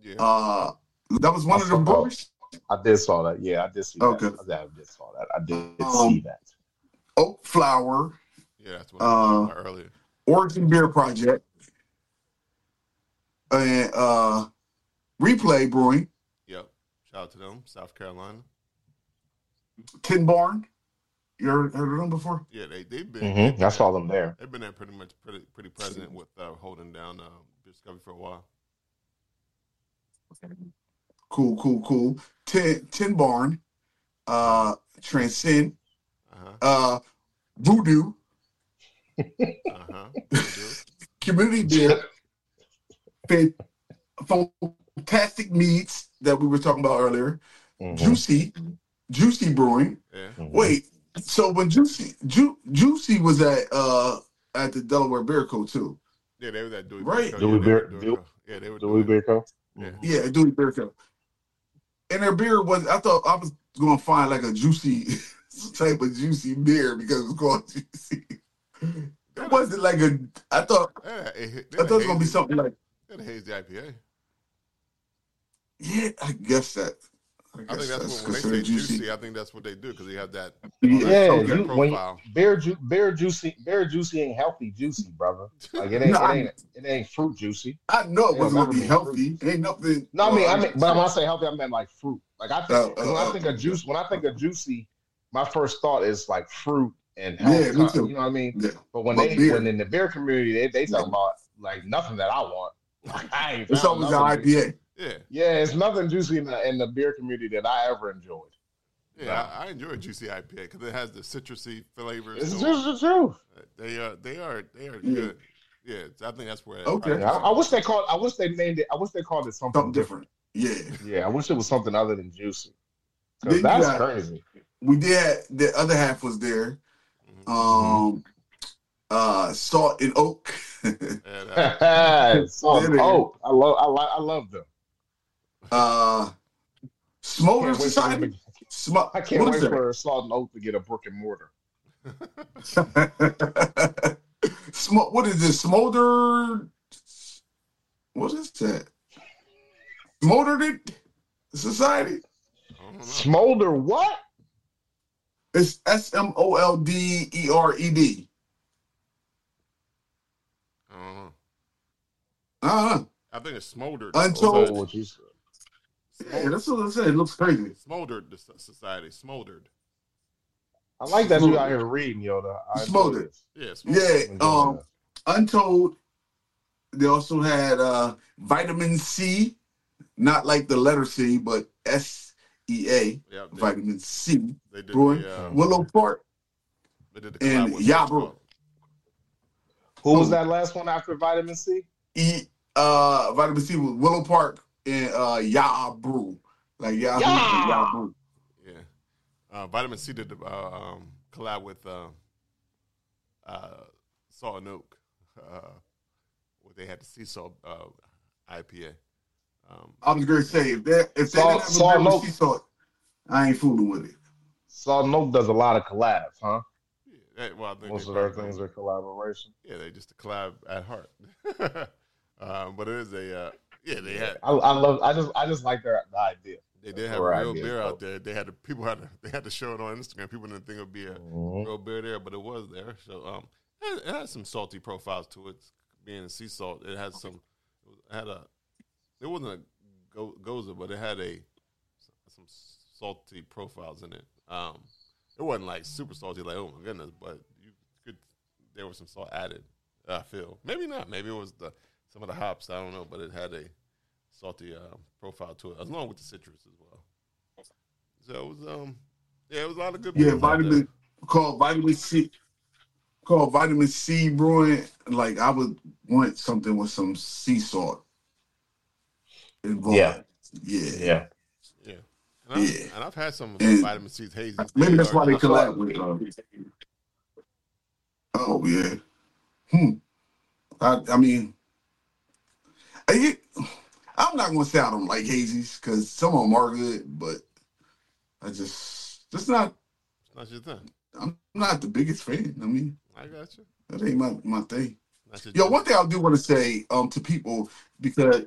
Speaker 1: Yeah.
Speaker 6: Uh, that was one of the breweries.
Speaker 7: I did saw that. Yeah, I did see
Speaker 6: Okay.
Speaker 7: that. I did- I did saw that. I did
Speaker 6: Um,
Speaker 7: see that.
Speaker 6: Oak Flower,
Speaker 1: yeah, that's what I was talking about earlier.
Speaker 6: Origin Beer Project, and uh, Replay Brewing,
Speaker 1: Yep. Shout out to them, South Carolina.
Speaker 6: Tin Barn. You heard, heard of them before?
Speaker 1: Yeah, they they've been.
Speaker 7: Mhm. I saw them there.
Speaker 1: They've been there pretty much pretty pretty present with uh, holding down uh, Discovery for a while.
Speaker 6: Cool, cool, cool. Tin Tin Barn, uh, Transcend,
Speaker 1: Uh
Speaker 6: uh, Voodoo,
Speaker 1: huh. Uh huh. They
Speaker 6: Community Beer. Fan- Fantastic Meats that we were talking about earlier.
Speaker 7: Mhm.
Speaker 6: Juicy, Juicy Brewing.
Speaker 1: do. Yeah.
Speaker 7: Mhm.
Speaker 6: Wait, so when Juicy Ju- Juicy was at uh at the Delaware Beer Co too.
Speaker 1: Yeah, they were that Dewey
Speaker 6: Right.
Speaker 1: Co.
Speaker 7: Dewey
Speaker 1: yeah, they were
Speaker 7: Beer-
Speaker 1: Dewey
Speaker 7: Dew-
Speaker 1: Co. Yeah, they were
Speaker 7: Dewey
Speaker 1: Dewey-
Speaker 7: Beerco.
Speaker 1: Yeah.
Speaker 6: Yeah, Dewey Beer Co. And their beer was I thought I was gonna find like a juicy *laughs* some type of juicy beer because it was called *laughs* juicy. It wasn't like a I thought
Speaker 1: They had a- they
Speaker 6: I
Speaker 1: had
Speaker 6: thought it
Speaker 1: a
Speaker 6: was gonna be
Speaker 1: hazy-
Speaker 6: something like
Speaker 1: They had a hazy IPA.
Speaker 6: yeah, I guess that
Speaker 1: I think
Speaker 6: guess
Speaker 1: that's, what when they say juicy. I think that's what they do because they have that
Speaker 7: Yeah,
Speaker 1: that
Speaker 7: you- when you-
Speaker 1: profile.
Speaker 7: Bear, ju- bear juicy, bear juicy ain't healthy juicy, brother.
Speaker 6: *laughs*
Speaker 7: Like it ain't,
Speaker 6: No,
Speaker 7: it ain't, it ain't fruit juicy.
Speaker 6: I know it
Speaker 7: Yeah,
Speaker 6: wasn't gonna
Speaker 7: that
Speaker 6: be
Speaker 7: was
Speaker 6: healthy. Ain't nothing.
Speaker 7: No, I mean, I
Speaker 6: Well,
Speaker 7: mean, but when I say healthy, I meant like fruit. Like I think
Speaker 6: Oh, oh,
Speaker 7: when I
Speaker 6: oh.
Speaker 7: think of juice, when I think of juicy, my first thought is like fruit and
Speaker 6: Yeah,
Speaker 7: health.
Speaker 6: me too.
Speaker 7: You know what I mean?
Speaker 6: yeah.
Speaker 7: But when
Speaker 6: But
Speaker 7: they,
Speaker 6: beer.
Speaker 7: when in the beer community, they, they talk about like nothing that I want. *laughs* Like I ain't.
Speaker 6: it's
Speaker 7: found
Speaker 6: always the
Speaker 7: nothing juicy.
Speaker 6: IPA.
Speaker 1: Yeah,
Speaker 7: Yeah, it's nothing juicy in the, in the beer community that I ever enjoyed.
Speaker 1: yeah. I, I enjoy a juicy IPA because it has the citrusy flavors.
Speaker 7: It's
Speaker 1: so- uh,
Speaker 7: just the truth.
Speaker 1: They are. They are. They are
Speaker 6: Yeah.
Speaker 1: good. Yeah, I think that's where.
Speaker 6: Hmm. Okay.
Speaker 7: I, I wish they called. I wish they named it. I wish they called it something,
Speaker 6: Something different. Yeah,
Speaker 7: different. Yeah, I wish it was something other than juicy. 'Cause
Speaker 6: Then you
Speaker 7: that's
Speaker 6: got- *laughs*
Speaker 7: crazy. *laughs*
Speaker 6: we did. The other half was there.
Speaker 1: Mhm.
Speaker 6: Um, uh, salt and oak. *laughs*
Speaker 1: And, uh,
Speaker 7: so
Speaker 6: Really?
Speaker 7: oh, I love. I like. I love them.
Speaker 6: uh,
Speaker 7: Can't
Speaker 6: Smolder
Speaker 7: wait for
Speaker 6: Society.
Speaker 7: them-
Speaker 6: Sm-
Speaker 7: *laughs* I can't
Speaker 6: what
Speaker 7: wait
Speaker 6: is
Speaker 7: for Salt and Oak to get a brick and mortar.
Speaker 6: that? *laughs* Sm- what is this? Smolder. What is that? Smoldered Society. *laughs*
Speaker 1: I don't know.
Speaker 7: Smolder what?
Speaker 6: It's S M O L D E R E D.
Speaker 1: I don't know.
Speaker 6: Uh huh.
Speaker 1: Uh-huh. I think it's smoldered.
Speaker 6: Untold.
Speaker 1: Society.
Speaker 7: what you said.
Speaker 6: Yeah, that's what I said. It looks crazy.
Speaker 1: Smoldered the so- society. Smoldered.
Speaker 7: I like that you out here reading, Yoda. I
Speaker 6: Smoked it.
Speaker 1: Yeah, smoldered.
Speaker 6: Yeah. Um, Untold. They also had uh vitamin C, not like the letter C, but S E A.
Speaker 1: Yeah, they,
Speaker 6: Vitamin C.
Speaker 1: they did
Speaker 6: Brewing.
Speaker 1: the, uh,
Speaker 6: Willow Park.
Speaker 1: they did the
Speaker 6: and
Speaker 1: collab with
Speaker 6: Yabra.
Speaker 1: Coca-Cola.
Speaker 7: Who was that last one after vitamin C?
Speaker 6: E uh vitamin C was Willow Park and uh Yah Brew. Like Yahoo and Yah Brew.
Speaker 1: Yeah. Uh, Vitamin C did uh, um, collab with uh, uh, Salt and Oak. Uh, where they had the sea salt uh, IPA. Um,
Speaker 6: I was gonna say if that if they
Speaker 7: Salt-
Speaker 6: didn't have a
Speaker 7: salt
Speaker 6: vitamin
Speaker 7: milk.
Speaker 6: C salt, I ain't fooling with it.
Speaker 7: Salt Nope does a lot of collabs, huh?
Speaker 1: yeah, eh, well, I think
Speaker 7: Most
Speaker 1: they
Speaker 7: of their
Speaker 1: probably-
Speaker 7: things are collaboration.
Speaker 1: Yeah, they just a collab at heart. *laughs* um, but it is a uh, yeah. They had
Speaker 7: I, I love. I just. I just like their the idea.
Speaker 1: they did
Speaker 7: That's
Speaker 1: have
Speaker 7: where I
Speaker 1: real
Speaker 7: get
Speaker 1: beer
Speaker 7: it.
Speaker 1: out there. They had the people had to, they had to show it on Instagram. People didn't think it would be a
Speaker 6: Mm-hmm.
Speaker 7: Mhm.
Speaker 1: real beer there, but it was there. So um, it, it had some salty profiles to it. Being sea salt, it had some. It had a. It wasn't a go, goza, but it had a some salty profiles in it. Um, it wasn't like super salty, like oh my goodness, but you could there was some salt added. I feel maybe not. Maybe it was the some of the hops. I don't know, but it had a salty uh, profile to it, along with the citrus as well. So it was um, yeah, it was a lot of good.
Speaker 6: Yeah,
Speaker 1: beers out there.
Speaker 6: vitamin called vitamin C called vitamin C brewing. Like I would want something with some sea salt involved.
Speaker 7: Yeah.
Speaker 6: Yeah.
Speaker 7: Yeah.
Speaker 1: Yeah. And I've,
Speaker 6: Yeah.
Speaker 1: and I've had some of the
Speaker 6: And-
Speaker 1: vitamin C hazy.
Speaker 6: Maybe that's
Speaker 1: beer.
Speaker 6: why they collab with. uh, Um, oh yeah. Hmm. I I mean, I, you- I'm not gonna say I don't like hazies because some of them are good, but I just just not.
Speaker 1: It's not your thing.
Speaker 6: I'm not the biggest fan. I mean,
Speaker 1: I got you.
Speaker 6: that ain't my my thing.
Speaker 1: Not your
Speaker 6: Yo,
Speaker 1: jam.
Speaker 6: one thing I do want to say um to people because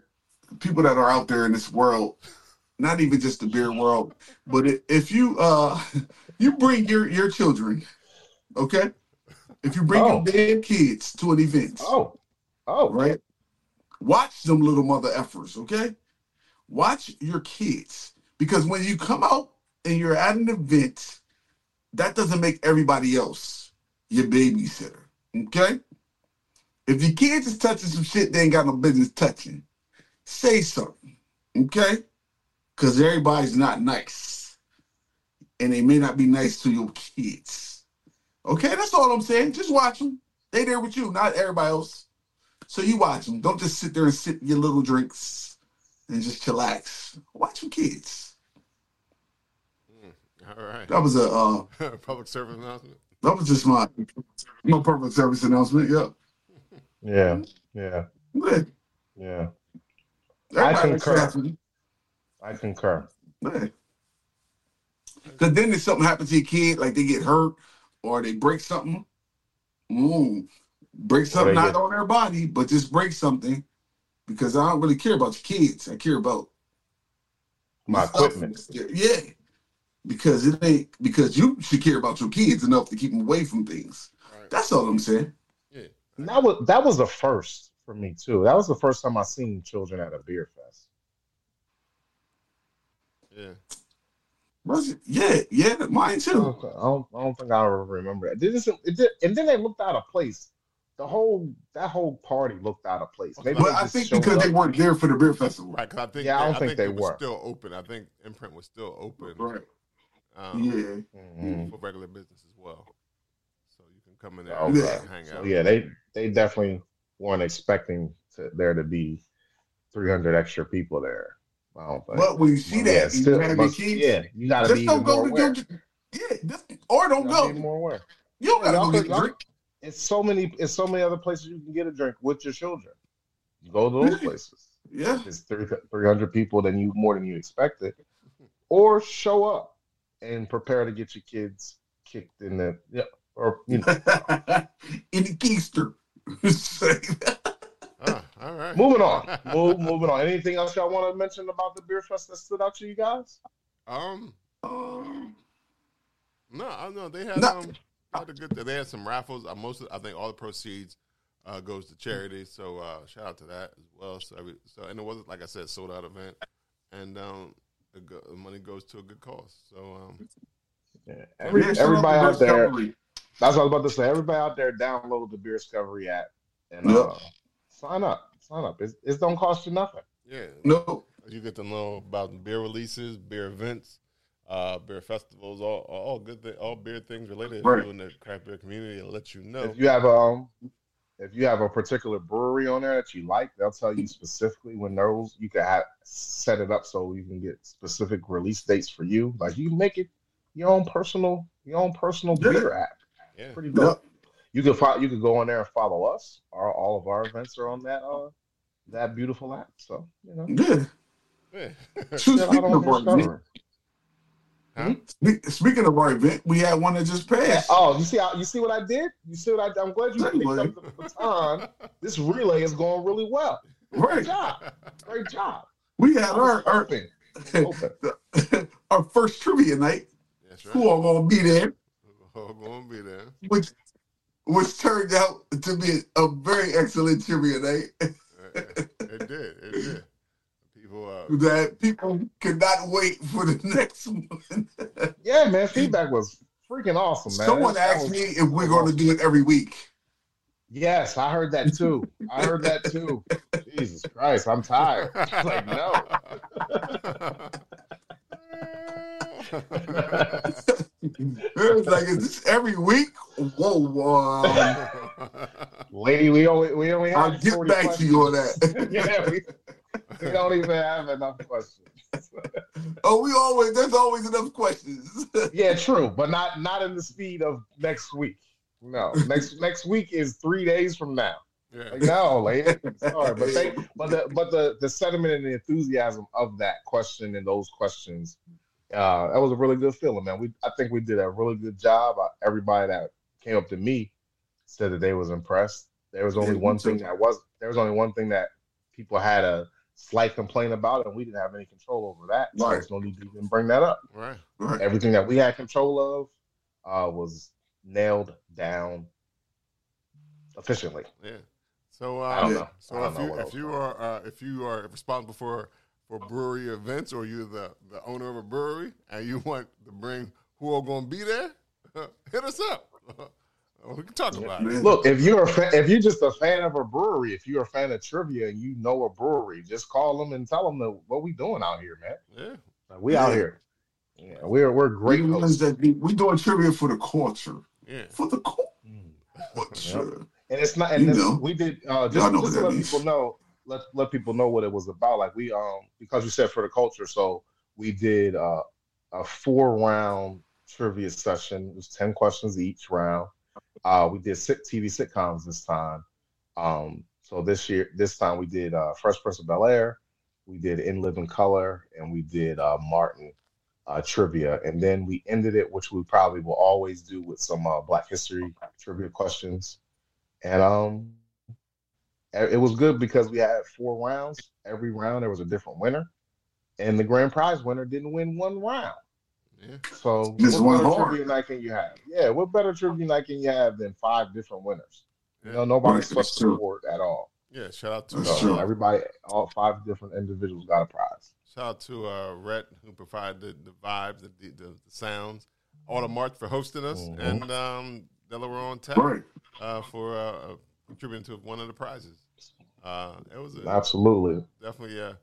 Speaker 6: people that are out there in this world, not even just the beer world, but i- if you uh *laughs* you bring your your children, okay, if you bring your
Speaker 7: Oh.
Speaker 6: damn kids to an event,
Speaker 7: Oh. Oh.
Speaker 6: right, watch them little mother effers, okay, watch your kids because when you come out and you're at an event, that doesn't make everybody else your babysitter, okay. If your kids is touching some shit they ain't got no business touching, say something, okay? Because everybody's not nice. And they may not be nice to your kids. Okay, that's all I'm saying. Just watch them. They there with you, not everybody else. So you watch them. Don't just sit there and sip your little drinks and just chillax. Watch your kids.
Speaker 1: Mm, All right.
Speaker 6: That was a uh,
Speaker 1: *laughs* Public service announcement.
Speaker 6: that was just my no perfect service announcement. Yeah.
Speaker 7: Yeah. Yeah.
Speaker 6: Yeah.
Speaker 7: Yeah.
Speaker 6: Everybody
Speaker 7: concur.
Speaker 6: likes to have-
Speaker 7: I concur.
Speaker 6: Because then if something happens to your kid, like they get hurt or they break something, mm, break something
Speaker 7: they
Speaker 6: not
Speaker 7: get-
Speaker 6: on their body, but just break something. Because I don't really care about your kids. I care about
Speaker 7: My
Speaker 6: stuff.
Speaker 7: equipment.
Speaker 6: Yeah. Because it ain't because you should care about your kids enough to keep them away from things.
Speaker 1: All right.
Speaker 6: That's all I'm saying.
Speaker 1: Yeah.
Speaker 7: And that was that was a first for me too. That was the first time I seen children at a beer fest.
Speaker 1: Yeah.
Speaker 6: Was it? Yeah, yeah, mine
Speaker 7: I
Speaker 6: too.
Speaker 7: don't, I don't, I don't think I ever remember that. They just- It did, and then they looked out of place. The whole that whole party looked out of place. Maybe
Speaker 6: But
Speaker 7: they
Speaker 6: I
Speaker 7: just
Speaker 6: think
Speaker 7: showed
Speaker 6: because they
Speaker 7: up.
Speaker 6: weren't there for the beer festival.
Speaker 1: Right. 'cause I think,
Speaker 7: Yeah, I
Speaker 1: they-
Speaker 7: don't think they
Speaker 1: it was
Speaker 7: were.
Speaker 1: still open. I think Imprint was still open
Speaker 6: Right.
Speaker 1: um,
Speaker 6: Yeah.
Speaker 7: Mhm.
Speaker 1: for regular business as well. So you can come in there
Speaker 7: Okay.
Speaker 1: and hang
Speaker 7: Oh, So
Speaker 1: out.
Speaker 7: yeah, they they definitely weren't expecting to, there to be 300 extra people there. I don't think.
Speaker 6: But when you see that,
Speaker 7: yeah,
Speaker 6: and you
Speaker 7: still
Speaker 6: have your
Speaker 7: must-
Speaker 6: kids,
Speaker 7: yeah, you gotta be
Speaker 6: just don't
Speaker 7: even
Speaker 6: go
Speaker 7: more
Speaker 6: to
Speaker 7: aware.
Speaker 6: your, yeah, just, or
Speaker 7: You
Speaker 6: don't
Speaker 7: gotta
Speaker 6: go.
Speaker 7: be more aware.
Speaker 6: You don't gotta
Speaker 7: Y'all
Speaker 6: go
Speaker 7: could-
Speaker 6: get a
Speaker 7: y'all-
Speaker 6: drink.
Speaker 7: It's so many. It's so many other places you can get a drink with your children. You go to those
Speaker 6: Really?
Speaker 7: places.
Speaker 6: Yeah,
Speaker 7: If it's 300 people, then you more than you expected, or show up and prepare to get your kids kicked in the yeah, or you know.
Speaker 6: *laughs* in the keister. *laughs*
Speaker 1: Ah, all right. *laughs*
Speaker 7: Moving on, *laughs* Move, moving on. Anything else y'all want to mention about the beer fest that stood out to you guys?
Speaker 1: Um,
Speaker 6: Um,
Speaker 1: No, I know they had
Speaker 6: No.
Speaker 1: um, they had a good. They had some raffles. Uh, most of, I think all the proceeds uh, goes to charity. So uh, shout out to that as well. So, every, so and it was like I said, sold out event, and um, the, go, the money goes to a good cause. So um,
Speaker 7: Yeah. Every,
Speaker 6: Man, shout out
Speaker 7: everybody
Speaker 6: to
Speaker 7: out
Speaker 6: Beer
Speaker 7: there,
Speaker 6: Discovery.
Speaker 7: that's what I was about to say. Everybody out there, download the Beer Discovery app and
Speaker 6: Yep.
Speaker 7: uh, sign up. Sign up. It's, it don't cost you nothing.
Speaker 1: yeah,
Speaker 6: No,
Speaker 1: you get to know about beer releases, beer events, uh, beer festivals, all all good thing, all beer things related
Speaker 6: Right.
Speaker 1: to you in the craft beer community. It'll let you know.
Speaker 7: If you have um, if you have a particular brewery on there that you like, they'll tell you specifically when those you can have set it up so you can get specific release dates for you. Like you can make it your own personal your own personal
Speaker 6: Yeah.
Speaker 7: beer app.
Speaker 1: yeah,
Speaker 7: Pretty dope.
Speaker 6: no.
Speaker 7: You can follow, you can go on there and follow us. Our, all of our events are on that uh that beautiful app. So you know,
Speaker 6: Yeah.
Speaker 1: *laughs* yeah.
Speaker 6: Shoot,
Speaker 7: check out
Speaker 6: Speaking
Speaker 7: on
Speaker 6: of,
Speaker 7: Beer
Speaker 6: our event,
Speaker 7: Discovery.
Speaker 6: spe- speaking of our event, we had one that just passed.
Speaker 7: Oh, you see, how, you see what I did? You see what I did? I'm glad you
Speaker 6: Hey,
Speaker 7: picked
Speaker 6: buddy.
Speaker 7: up the baton. This relay is going really well. Great
Speaker 6: Right.
Speaker 7: job, great job.
Speaker 6: We had our
Speaker 7: It's
Speaker 6: our, *laughs*
Speaker 7: open. It's open.
Speaker 6: our first trivia night.
Speaker 1: That's right.
Speaker 6: Who all gonna be there?
Speaker 1: All gonna be there.
Speaker 6: Which which turned out to be a very excellent trivia night *laughs*
Speaker 1: it it did. It did. People, uh,
Speaker 6: that people could not wait for the next one.
Speaker 7: Yeah, man, feedback was freaking awesome, man.
Speaker 6: Someone
Speaker 7: That
Speaker 6: asked
Speaker 7: was-
Speaker 6: me if we're gonna do it every week. *laughs*
Speaker 7: Yes, I heard that too. I heard that too. Jesus Christ,
Speaker 1: *laughs*
Speaker 7: I'm tired. Like, no.
Speaker 6: It was like, is this every week? Whoa, whoa.
Speaker 7: *laughs*
Speaker 6: um,
Speaker 7: Lady, we only we only have
Speaker 6: I'll get
Speaker 7: 40
Speaker 6: back to you on
Speaker 7: questions.
Speaker 6: that.
Speaker 7: *laughs* yeah, we, we don't even have enough questions.
Speaker 6: *laughs* Oh, we always there's always enough questions. *laughs*
Speaker 7: Yeah, true, but not not in the speed of next week. No,
Speaker 6: *laughs*
Speaker 7: next next week is three days from now.
Speaker 1: yeah.
Speaker 7: Like, no, lady. Sorry, but thank, but the but the the sentiment and the enthusiasm of that question and those questions, uh, that was a really good feeling, man. We I think we did a really good job. Uh, everybody that came up to me said that they was impressed. There was only
Speaker 6: Yeah, me
Speaker 7: one thing
Speaker 6: too.
Speaker 7: that was there was only one thing that people had a slight complaint about, and we didn't have any control over that. So
Speaker 6: Right.
Speaker 7: there's no need to even bring that up.
Speaker 1: Right.
Speaker 6: Right.
Speaker 7: Everything that we had control of uh, was nailed down efficiently.
Speaker 1: Yeah. So,
Speaker 7: I don't
Speaker 1: uh,
Speaker 7: know. I
Speaker 1: so
Speaker 7: don't
Speaker 1: if
Speaker 7: know
Speaker 1: you
Speaker 7: what
Speaker 1: if
Speaker 7: else.
Speaker 1: you are uh, if you are responsible for for brewery events or you're the the owner of a brewery and you want to bring who are going to be there, *laughs* hit us up. *laughs* we can talk about it.
Speaker 7: Look, if you're a fa- if you're just a fan of a brewery, if you're a fan of trivia and you know a brewery, just call them and tell them that what we doing out here, man.
Speaker 1: Yeah.
Speaker 7: Like, we out
Speaker 6: Yeah.
Speaker 7: here. Yeah, we're we're great
Speaker 6: We realize
Speaker 7: hosts.
Speaker 6: that we- we doing trivia for the culture.
Speaker 1: Yeah.
Speaker 6: For the
Speaker 7: Mm.
Speaker 6: culture.
Speaker 7: And it's not. And
Speaker 6: You
Speaker 7: this,
Speaker 6: know.
Speaker 7: we did uh,
Speaker 6: Y'all
Speaker 7: just,
Speaker 6: know
Speaker 7: just
Speaker 6: what
Speaker 7: to
Speaker 6: that
Speaker 7: let
Speaker 6: means.
Speaker 7: people know. Let let people know what it was about. Like we um because you said for the culture, so we did uh, a four round trivia session. It was ten questions each round. Uh, we did six TV sitcoms this time. Um, so this year, this time we did uh, Fresh Prince of Bel Air, we did In Living Color, and we did uh, Martin uh, trivia, and then we ended it, which we probably will always do with some uh, Black History trivia questions. And um, Uh, it it was good because we had four rounds. Every round there was a different winner, and the grand prize winner didn't win one round.
Speaker 1: Yeah.
Speaker 7: So
Speaker 6: Just
Speaker 7: what
Speaker 6: one
Speaker 7: better
Speaker 6: horn.
Speaker 7: trivia night can you have? Yeah, what better trivia night can you have than five different winners? You know, nobody
Speaker 6: Right, that's
Speaker 7: swept the
Speaker 6: true.
Speaker 7: board at all.
Speaker 1: Yeah. Shout out to
Speaker 6: That's
Speaker 1: uh,
Speaker 6: true.
Speaker 7: So everybody, all five different individuals got a prize.
Speaker 1: Shout out to uh, Rhett who provided the, the vibes, the, the, the sounds. Audemars for hosting us,
Speaker 7: Mhm.
Speaker 1: and um, Delaware on tap
Speaker 6: Right.
Speaker 1: uh, for uh, contributing to one of the prizes. Uh, it was a,
Speaker 7: Absolutely.
Speaker 1: definitely uh,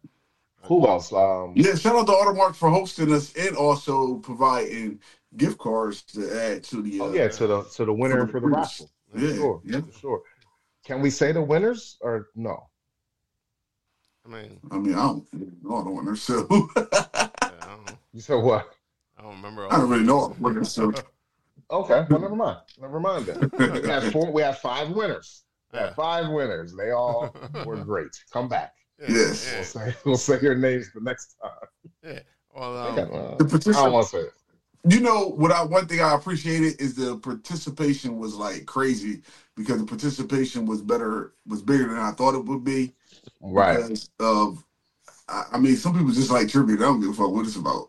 Speaker 7: Who else? Um,
Speaker 6: Yeah, shout out to Audemars for hosting us and also providing gift cards to add to the. Uh,
Speaker 7: Oh yeah, to the to the winner and for the raffle. For
Speaker 6: Yeah,
Speaker 7: sure,
Speaker 6: yeah.
Speaker 7: for sure. Can we say the winners or no?
Speaker 1: I mean,
Speaker 6: I mean, I don't really know all the winners, so *laughs*
Speaker 1: yeah, I, don't, know.
Speaker 7: You said what?
Speaker 1: I don't remember. All
Speaker 6: I don't really know all the winners. So *laughs*
Speaker 7: Okay, well never mind. Never mind then. We had four. We had five winners. We had
Speaker 1: Yeah.
Speaker 7: five winners.
Speaker 1: *laughs*
Speaker 7: They all were great. Come back.
Speaker 1: Yeah,
Speaker 6: Yes.
Speaker 7: We'll
Speaker 1: yeah,
Speaker 7: say we'll say your names the next time.
Speaker 1: Well,
Speaker 7: I
Speaker 1: um,
Speaker 7: think I- uh,
Speaker 6: the
Speaker 7: I don't
Speaker 6: participation,
Speaker 7: want to say it.
Speaker 6: you know, what I one thing I appreciated is the participation was like crazy because the participation was better, was bigger than I thought it would be.
Speaker 7: Right.
Speaker 6: Because of, I, I mean, some people just like tribute. I don't give a fuck what it's about.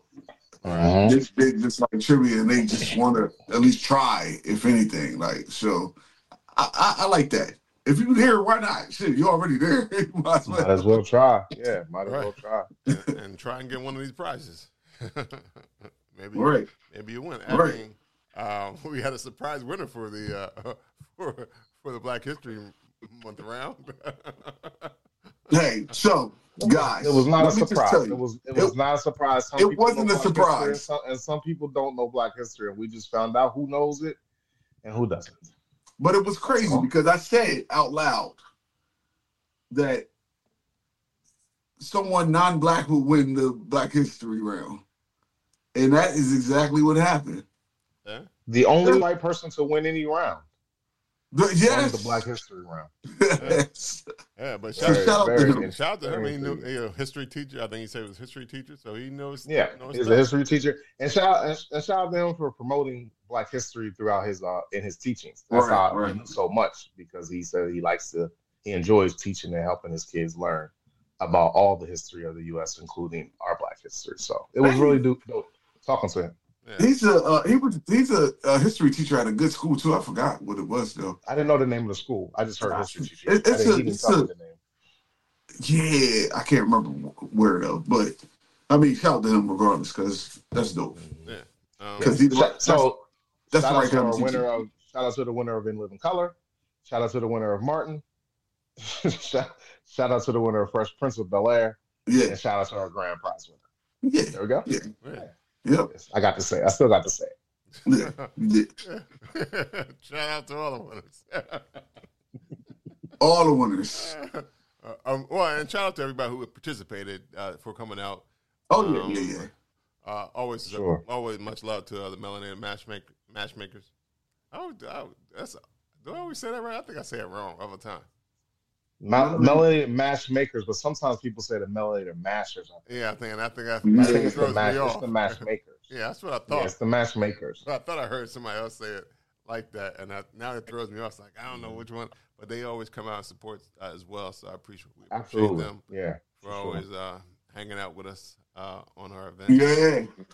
Speaker 7: Mhm.
Speaker 6: This big, just like trivia, and they just want to at least try, if anything. Like so, I, I, I like that. If you there, why not? Shit, you already there. *laughs* You might as
Speaker 7: Might
Speaker 6: well.
Speaker 7: as well try. Yeah, might as
Speaker 1: Right.
Speaker 7: well try.
Speaker 1: and, and try and get one of these prizes. *laughs* maybe,
Speaker 6: All right.
Speaker 1: maybe you win. I
Speaker 6: Right.
Speaker 1: mean, um, *laughs* we had a surprise winner for the uh, *laughs* for for the Black History Month round. *laughs*
Speaker 6: Hey, so guys,
Speaker 7: It was not a
Speaker 6: let me just
Speaker 7: surprise.
Speaker 6: tell
Speaker 7: It
Speaker 6: you.
Speaker 7: was it
Speaker 6: It-
Speaker 7: was not a surprise. Some
Speaker 6: it
Speaker 7: people
Speaker 6: wasn't
Speaker 7: know
Speaker 6: a
Speaker 7: Black history
Speaker 6: surprise.
Speaker 7: and some, and some people don't know Black history, and we just found out who knows it and who doesn't.
Speaker 6: But it was crazy because I said out loud that someone non-black would win the Black History round, and that is exactly what happened.
Speaker 1: Yeah.
Speaker 7: The only white person to win any round
Speaker 6: The-
Speaker 7: won
Speaker 6: yes, *laughs*
Speaker 7: the Black History round.
Speaker 6: yes.
Speaker 1: Yeah, but shout,
Speaker 6: Very,
Speaker 7: *laughs*
Speaker 1: shout,
Speaker 6: out to
Speaker 7: very
Speaker 6: him.
Speaker 7: in-
Speaker 1: shout out to him.
Speaker 7: very
Speaker 1: He knew,
Speaker 7: intriguing.
Speaker 1: you know, history teacher. I think he said he was a history teacher, so he knows.
Speaker 7: Yeah,
Speaker 1: knows
Speaker 7: he's a
Speaker 1: stuff.
Speaker 7: history teacher, and shout and, and shout out to him for promoting Black history throughout his uh in his teachings. That's
Speaker 6: Right,
Speaker 7: how I
Speaker 6: right.
Speaker 7: learned so much because he said he likes to he enjoys teaching and helping his kids learn about all the history of the U.S., including our Black history. So it was really do- dope talking to him.
Speaker 1: Yeah.
Speaker 6: He's a uh, he was he's a, a history teacher at a good school too. I forgot what it was though.
Speaker 7: I didn't know the name of the school. I just heard history teacher.
Speaker 6: It-
Speaker 7: I
Speaker 6: it's
Speaker 7: didn't
Speaker 6: a-
Speaker 7: even
Speaker 6: it's
Speaker 7: tell me
Speaker 6: a-
Speaker 7: the name.
Speaker 6: Yeah, I can't remember wh- where though, but I mean, shout out to him regardless because that's dope.
Speaker 1: Um,
Speaker 6: Because he
Speaker 7: So- so
Speaker 6: that's
Speaker 7: shout
Speaker 6: the
Speaker 7: out
Speaker 6: right
Speaker 7: to
Speaker 6: kind
Speaker 7: our
Speaker 6: of
Speaker 7: winner
Speaker 6: teacher.
Speaker 7: of shout out to the winner of In Living Color. Shout out to the winner of Martin. *laughs* shout, shout out to the winner of Fresh Prince of Bel Air.
Speaker 6: Yeah,
Speaker 7: And shout out to our grand prize winner.
Speaker 6: yeah,
Speaker 7: There we go.
Speaker 1: *laughs* yeah. *laughs*
Speaker 6: yeah,
Speaker 7: Yes, I got to say. I still got to say. it.
Speaker 6: yeah. yeah.
Speaker 1: shout out to all the winners. *laughs*
Speaker 6: All the winners.
Speaker 1: Uh, um, well, and shout out to everybody who participated uh, for coming out.
Speaker 6: Oh yeah,
Speaker 1: Um,
Speaker 6: yeah, yeah.
Speaker 1: Uh, always,
Speaker 7: Sure.
Speaker 1: always much love to uh, the Melanated Matchmaker, Matchmakers. I would, I would, that's, do I always say that right? I think I say it wrong all the time.
Speaker 7: Mel- melanated mash makers, but sometimes people say the melanated mashers.
Speaker 1: Yeah, I think, and I think I,
Speaker 7: I
Speaker 6: Yeah,
Speaker 7: think it's the,
Speaker 1: throws
Speaker 7: mash,
Speaker 1: me
Speaker 7: it's
Speaker 1: off.
Speaker 7: the mash makers.
Speaker 1: Yeah, that's what I
Speaker 7: Yeah,
Speaker 1: thought.
Speaker 7: it's the mash makers.
Speaker 1: I thought I heard somebody else say it like that, and I, now it throws me off. It's like I don't know which one, but they always come out and support uh, as well. So I appreciate, we appreciate
Speaker 7: Absolutely.
Speaker 1: them
Speaker 7: Yeah.
Speaker 1: for
Speaker 7: sure.
Speaker 1: always uh, hanging out with us uh, on our event.
Speaker 6: Yeah,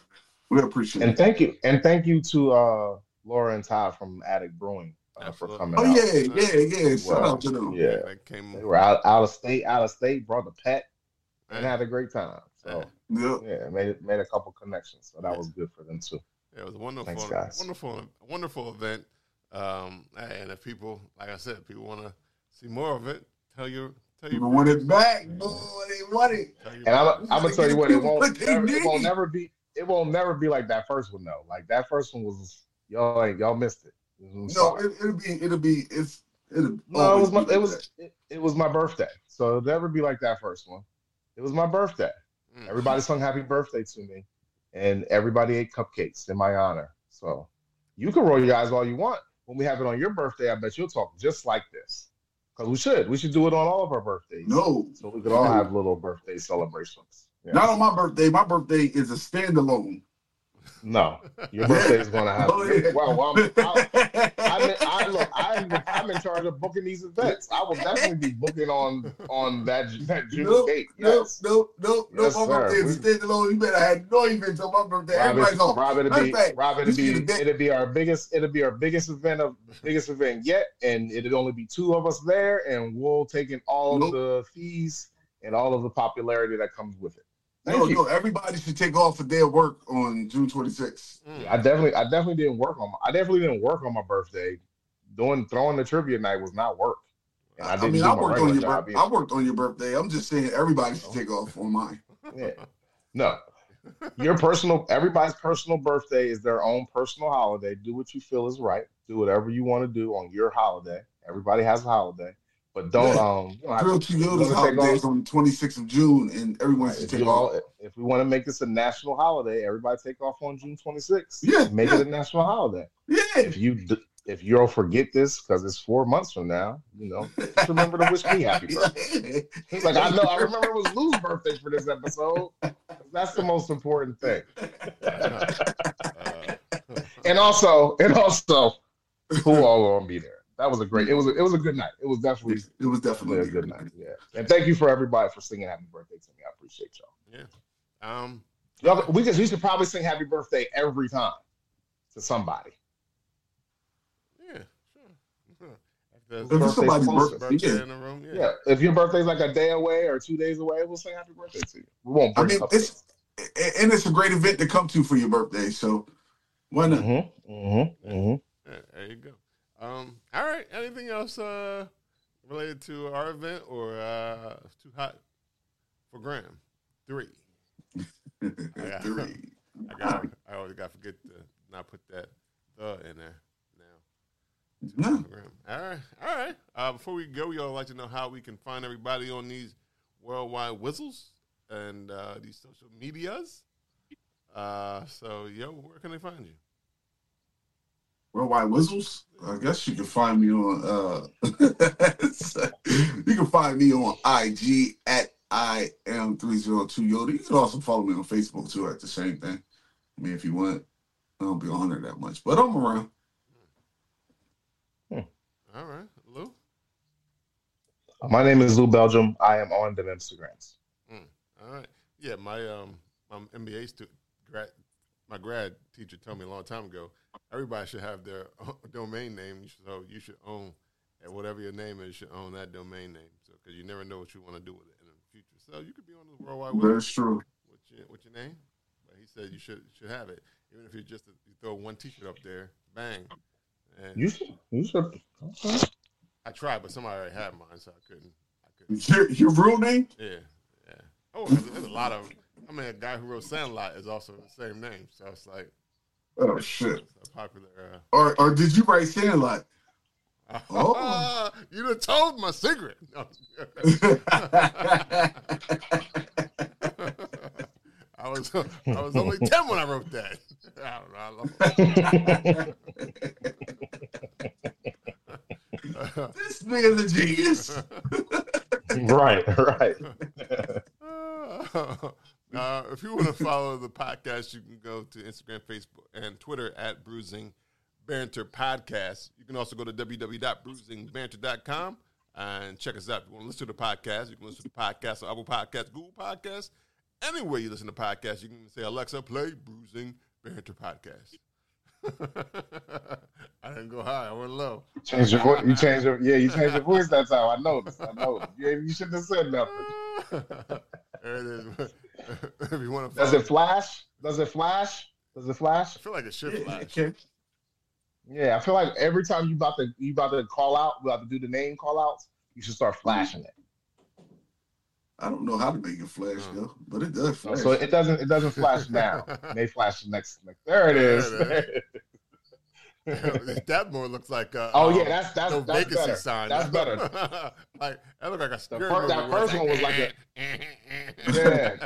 Speaker 6: we appreciate
Speaker 7: And
Speaker 6: it.
Speaker 7: thank you. And thank you to uh, Laura and Todd from Attic Brewing uh, for
Speaker 1: Absolutely.
Speaker 7: coming
Speaker 6: Oh
Speaker 7: out.
Speaker 6: yeah, yeah, yeah. Shout
Speaker 7: Wow.
Speaker 6: out to them.
Speaker 7: Yeah.
Speaker 1: that came.
Speaker 7: They were out, out of state, out of state, brought the pet and had a great time. So
Speaker 6: Yep.
Speaker 7: yeah, made made a couple connections. So that was good for them too.
Speaker 1: It was a wonderful,
Speaker 7: Thanks, guys.
Speaker 1: wonderful, wonderful event. Um, and if people, like I said, if people want to see more of it, tell your, tell your,
Speaker 6: People want it back, boy. They want it.
Speaker 1: tell your
Speaker 7: And I'm,
Speaker 1: friends.
Speaker 7: I'm gonna tell you what, it
Speaker 6: But
Speaker 7: won't,
Speaker 6: they
Speaker 7: never, it won't
Speaker 6: need it.
Speaker 7: never be, it won't never be like that first one though. Like that first one was y'all, ain't y'all missed it. I'm
Speaker 6: No,
Speaker 7: sorry.
Speaker 6: it, it'll be, it'll be, it's, it'll.
Speaker 7: no, it
Speaker 6: always
Speaker 7: was my,
Speaker 6: be
Speaker 7: it
Speaker 6: like
Speaker 7: was, it, it was my birthday. So it'll never be like that first one. It was my birthday.
Speaker 1: Mm.
Speaker 7: Everybody sung happy birthday to me, and everybody ate cupcakes in my honor. So you can roll your eyes all you want. When we have it on your birthday, I bet you'll talk just like this. Because we should. We should do it on all of our
Speaker 6: that.
Speaker 7: birthdays.
Speaker 6: No,
Speaker 7: So we could all have little birthday celebrations. Yeah.
Speaker 6: not on my birthday. My birthday is a standalone.
Speaker 7: No. Your birthday is going to
Speaker 6: *laughs*
Speaker 7: happen.
Speaker 6: Oh, yeah.
Speaker 7: Well, well, I'm, I,
Speaker 6: *laughs*
Speaker 7: I'm, in- oh. I, look, I'm, I'm in charge of booking these events. I will definitely be booking on on that, that June
Speaker 6: Nope,
Speaker 7: date.
Speaker 6: Nope,
Speaker 7: Yes.
Speaker 6: nope, nope, nope.
Speaker 7: Yes,
Speaker 6: My
Speaker 7: sir.
Speaker 6: birthday is a standalone. You better have no events on my birthday. Everybody's
Speaker 7: Robin,
Speaker 6: off.
Speaker 7: Robin, it'll
Speaker 6: Matter
Speaker 7: be,
Speaker 6: of fact,
Speaker 7: Robin, it'll
Speaker 6: you see the
Speaker 7: be,
Speaker 6: day-
Speaker 7: it'll be our biggest, it'll be our biggest event of biggest event yet, and it'll only be two of us there, and we'll take in all
Speaker 6: Nope.
Speaker 7: of the fees and all of the popularity that comes with it. Thank
Speaker 6: No,
Speaker 7: you.
Speaker 6: no, everybody should take off a day of work on June 26th.
Speaker 1: Mm.
Speaker 7: I definitely, I definitely didn't work on, my, I definitely didn't work on my birthday. Doing throwing the trivia night was not work. And I
Speaker 6: I,
Speaker 7: didn't
Speaker 6: mean,
Speaker 7: do
Speaker 6: I
Speaker 7: my
Speaker 6: worked
Speaker 7: regular
Speaker 6: on your
Speaker 7: job
Speaker 6: birthday. I worked on your birthday. I'm just saying everybody should take off on mine.
Speaker 1: *laughs*
Speaker 7: either. Yeah. No. Your personal, everybody's personal birthday is their own personal holiday. Do what you feel is right. Do whatever you want to do on your holiday. Everybody has a holiday, but don't
Speaker 6: Yeah.
Speaker 7: um. You don't have
Speaker 6: Real
Speaker 7: to- you
Speaker 6: Toyota's
Speaker 7: wanna take
Speaker 6: holiday
Speaker 7: off-
Speaker 6: is on the 26th of June, and everyone should
Speaker 7: If,
Speaker 6: take
Speaker 7: you
Speaker 6: off.
Speaker 7: all, if we want to make this a national holiday, everybody take off on June 26th.
Speaker 6: Yeah,
Speaker 7: make
Speaker 6: yeah.
Speaker 7: it a national holiday.
Speaker 6: Yeah,
Speaker 7: *laughs*
Speaker 6: *laughs*
Speaker 7: If you d- if you'll forget this because it's four months from now, you know, just remember to wish
Speaker 6: *laughs*
Speaker 7: me happy birthday. He's like, I know, I remember it was Lou's birthday for this episode. That's the most important thing.
Speaker 1: Uh,
Speaker 7: And also, and also, who all gonna be there? That was a great. It was a, it was a good night. It was definitely,
Speaker 6: It was
Speaker 7: definitely
Speaker 6: definitely
Speaker 7: a good night. Yeah. And thank you for everybody for singing happy birthday to me. I appreciate y'all.
Speaker 1: um,
Speaker 7: Y'all- We could, we should probably sing happy birthday every time to somebody.
Speaker 1: Yeah, sure. After
Speaker 6: If it's somebody's
Speaker 7: closer.
Speaker 6: birthday,
Speaker 1: birthday
Speaker 6: yeah.
Speaker 1: in the room, yeah.
Speaker 7: Yeah. If your birthday's like a day away or two days away, we'll sing happy birthday to you. We won't
Speaker 6: I
Speaker 7: bring
Speaker 6: mean,
Speaker 7: it up.
Speaker 6: it's a- and it's a great event to come to for your birthday. So why not?
Speaker 7: Mm-hmm, mm-hmm, mm-hmm.
Speaker 1: Yeah, there you go. Um, all right. Anything else uh, related to our event or uh, it's too hot for Graham? Three. Yeah.
Speaker 6: *laughs* Three.
Speaker 1: I got. I always got to forget to not put that the in there. Now. Too hot
Speaker 6: No.
Speaker 1: for Graham. All right. All right. Uh, before we go, we all like to know how we can find everybody on these worldwide whistles and uh, these social medias. Uh, so, yo, where can they find you?
Speaker 6: Worldwide Whistles. I guess you can find me on. uh *laughs* You can find me on IG at I am three zero two Yoda. You can also follow me on Facebook too at the same thing. I mean, if you want, I don't be on there that much, but I'm around.
Speaker 1: All right, Lou.
Speaker 7: My name is Lou Belgium. I am on them Instagrams.
Speaker 1: All right. Yeah, my um my MBA student grad my grad teacher told me a long time ago, everybody should have their *laughs* own domain name. So you should own and whatever your name is, you should own that domain name. So because you never know what you want to do with it in the future. So you could be on the worldwide web
Speaker 6: That's true.
Speaker 1: with your with your name. But he said you should should have it, even if you just you throw one T-shirt up there, bang. And
Speaker 7: You should. You should. *laughs* Okay.
Speaker 1: I tried, but somebody already had mine, so I couldn't. I couldn't.
Speaker 6: Your, your real name?
Speaker 1: Yeah, yeah. Oh, there's, there's a lot of. I mean, a guy who wrote Sandlot is also the same name, so it's like
Speaker 6: Oh shit!
Speaker 1: it's a popular. Uh,
Speaker 6: Or or did you write Sandlot? *laughs*
Speaker 1: *laughs*
Speaker 6: Oh.
Speaker 1: you done told my secret. No. *laughs* I was I was only ten when I wrote that. *laughs* I don't know. I love *laughs*
Speaker 6: This nigga's a genius.
Speaker 7: right. Right.
Speaker 1: *laughs* uh, if you want to follow the podcast, you can go to Instagram, Facebook, and Twitter at Bruising Banter Podcast. You can also go to www.bruisingbanter.com and check us out. If you want to listen to the podcast, you can listen to the podcast on Apple Podcasts, Google Podcasts, anywhere you listen to podcasts. You can say, Alexa, play Bruising Banter Podcast. *laughs* I didn't go high. I went low. *laughs*
Speaker 7: Change your voice. You change your. Yeah. You change your voice that time. I noticed. I noticed. You, ain't- you shouldn't have said nothing.
Speaker 1: there it is. *laughs* if you want to
Speaker 7: Does
Speaker 1: follow-
Speaker 7: it flash? Does it flash? Does it flash?
Speaker 1: I feel like it should flash.
Speaker 6: okay.
Speaker 7: Yeah, I feel like every time you about to you about to call out, about to do the name call outs, you should start flashing it.
Speaker 6: I don't know how to make it flash though, but it does flash.
Speaker 7: So it doesn't it doesn't
Speaker 1: *laughs*
Speaker 7: flash now. It May flash the next next. There it is.
Speaker 1: There *laughs* that more looks like uh,
Speaker 7: oh yeah,
Speaker 1: um,
Speaker 7: that's that's
Speaker 1: no
Speaker 7: that's
Speaker 1: vacancy
Speaker 7: better.
Speaker 1: sign.
Speaker 7: That's better.
Speaker 1: *laughs* like that looked like a scary
Speaker 7: fir- that
Speaker 1: movie where it's
Speaker 7: first one was like *laughs* Yeah.
Speaker 6: yeah,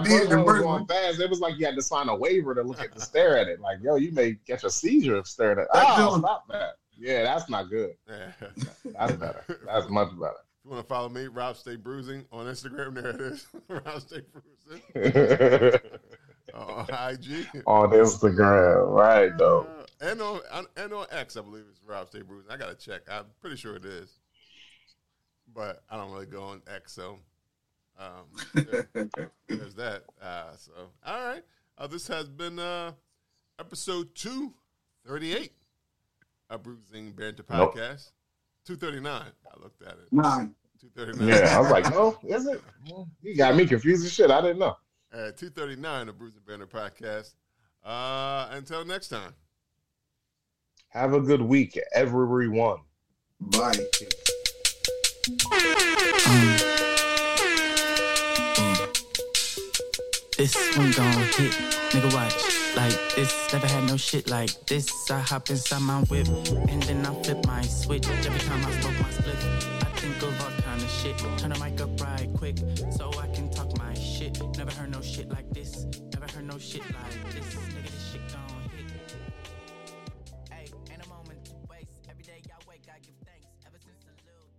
Speaker 7: That
Speaker 6: it did. The
Speaker 7: first one was
Speaker 6: first
Speaker 7: going
Speaker 6: one.
Speaker 7: fast. It was like you had to sign a waiver to look at to stare at it. Like, yo, you may get your seizure if staring at it.
Speaker 6: That's
Speaker 7: Oh,
Speaker 6: doing-
Speaker 7: stop that. Yeah, that's not good.
Speaker 1: Yeah.
Speaker 7: That's better. That's much
Speaker 1: *laughs* If you want to follow me, Rob Stay Bruising on Instagram. There it is, *laughs* Rob Stay Bruising
Speaker 7: *laughs* better.
Speaker 1: on
Speaker 7: *laughs*
Speaker 1: IG.
Speaker 7: On Instagram, right though.
Speaker 1: Uh, and on on- and on X, I believe it's Rob State Bruising. I gotta check. I'm pretty sure it is, but I don't really go on X, so
Speaker 7: *laughs*
Speaker 1: um, there-
Speaker 6: *laughs*
Speaker 1: there's that. Uh, so all right, uh, this has been uh, episode two thirty eight of Bruising Banter
Speaker 7: Nope.
Speaker 1: podcast. Two thirty nine. I looked at it.
Speaker 6: Nine.
Speaker 1: Two thirty nine.
Speaker 7: Yeah, I was like, oh.
Speaker 1: *laughs*
Speaker 7: no, is it? You got me confused as shit. I didn't know.
Speaker 1: At two thirty nine of Bruising Banter podcast. Uh, until next time.
Speaker 7: Have a good week, everyone.
Speaker 6: Bye.
Speaker 8: Mm. This one gon' hit, nigga watch like this. Never had no shit like this. I hop inside my whip and then I flip my switch. Every time I smoke my split, I think of all kind of shit. Turn the mic up right quick so I can talk my shit. Never heard no shit like this. Never heard no shit like this. Nigga, this shit gon' hit. Ayy, ain't a moment to waste. Every day I wake, I give thanks. Ever since a little.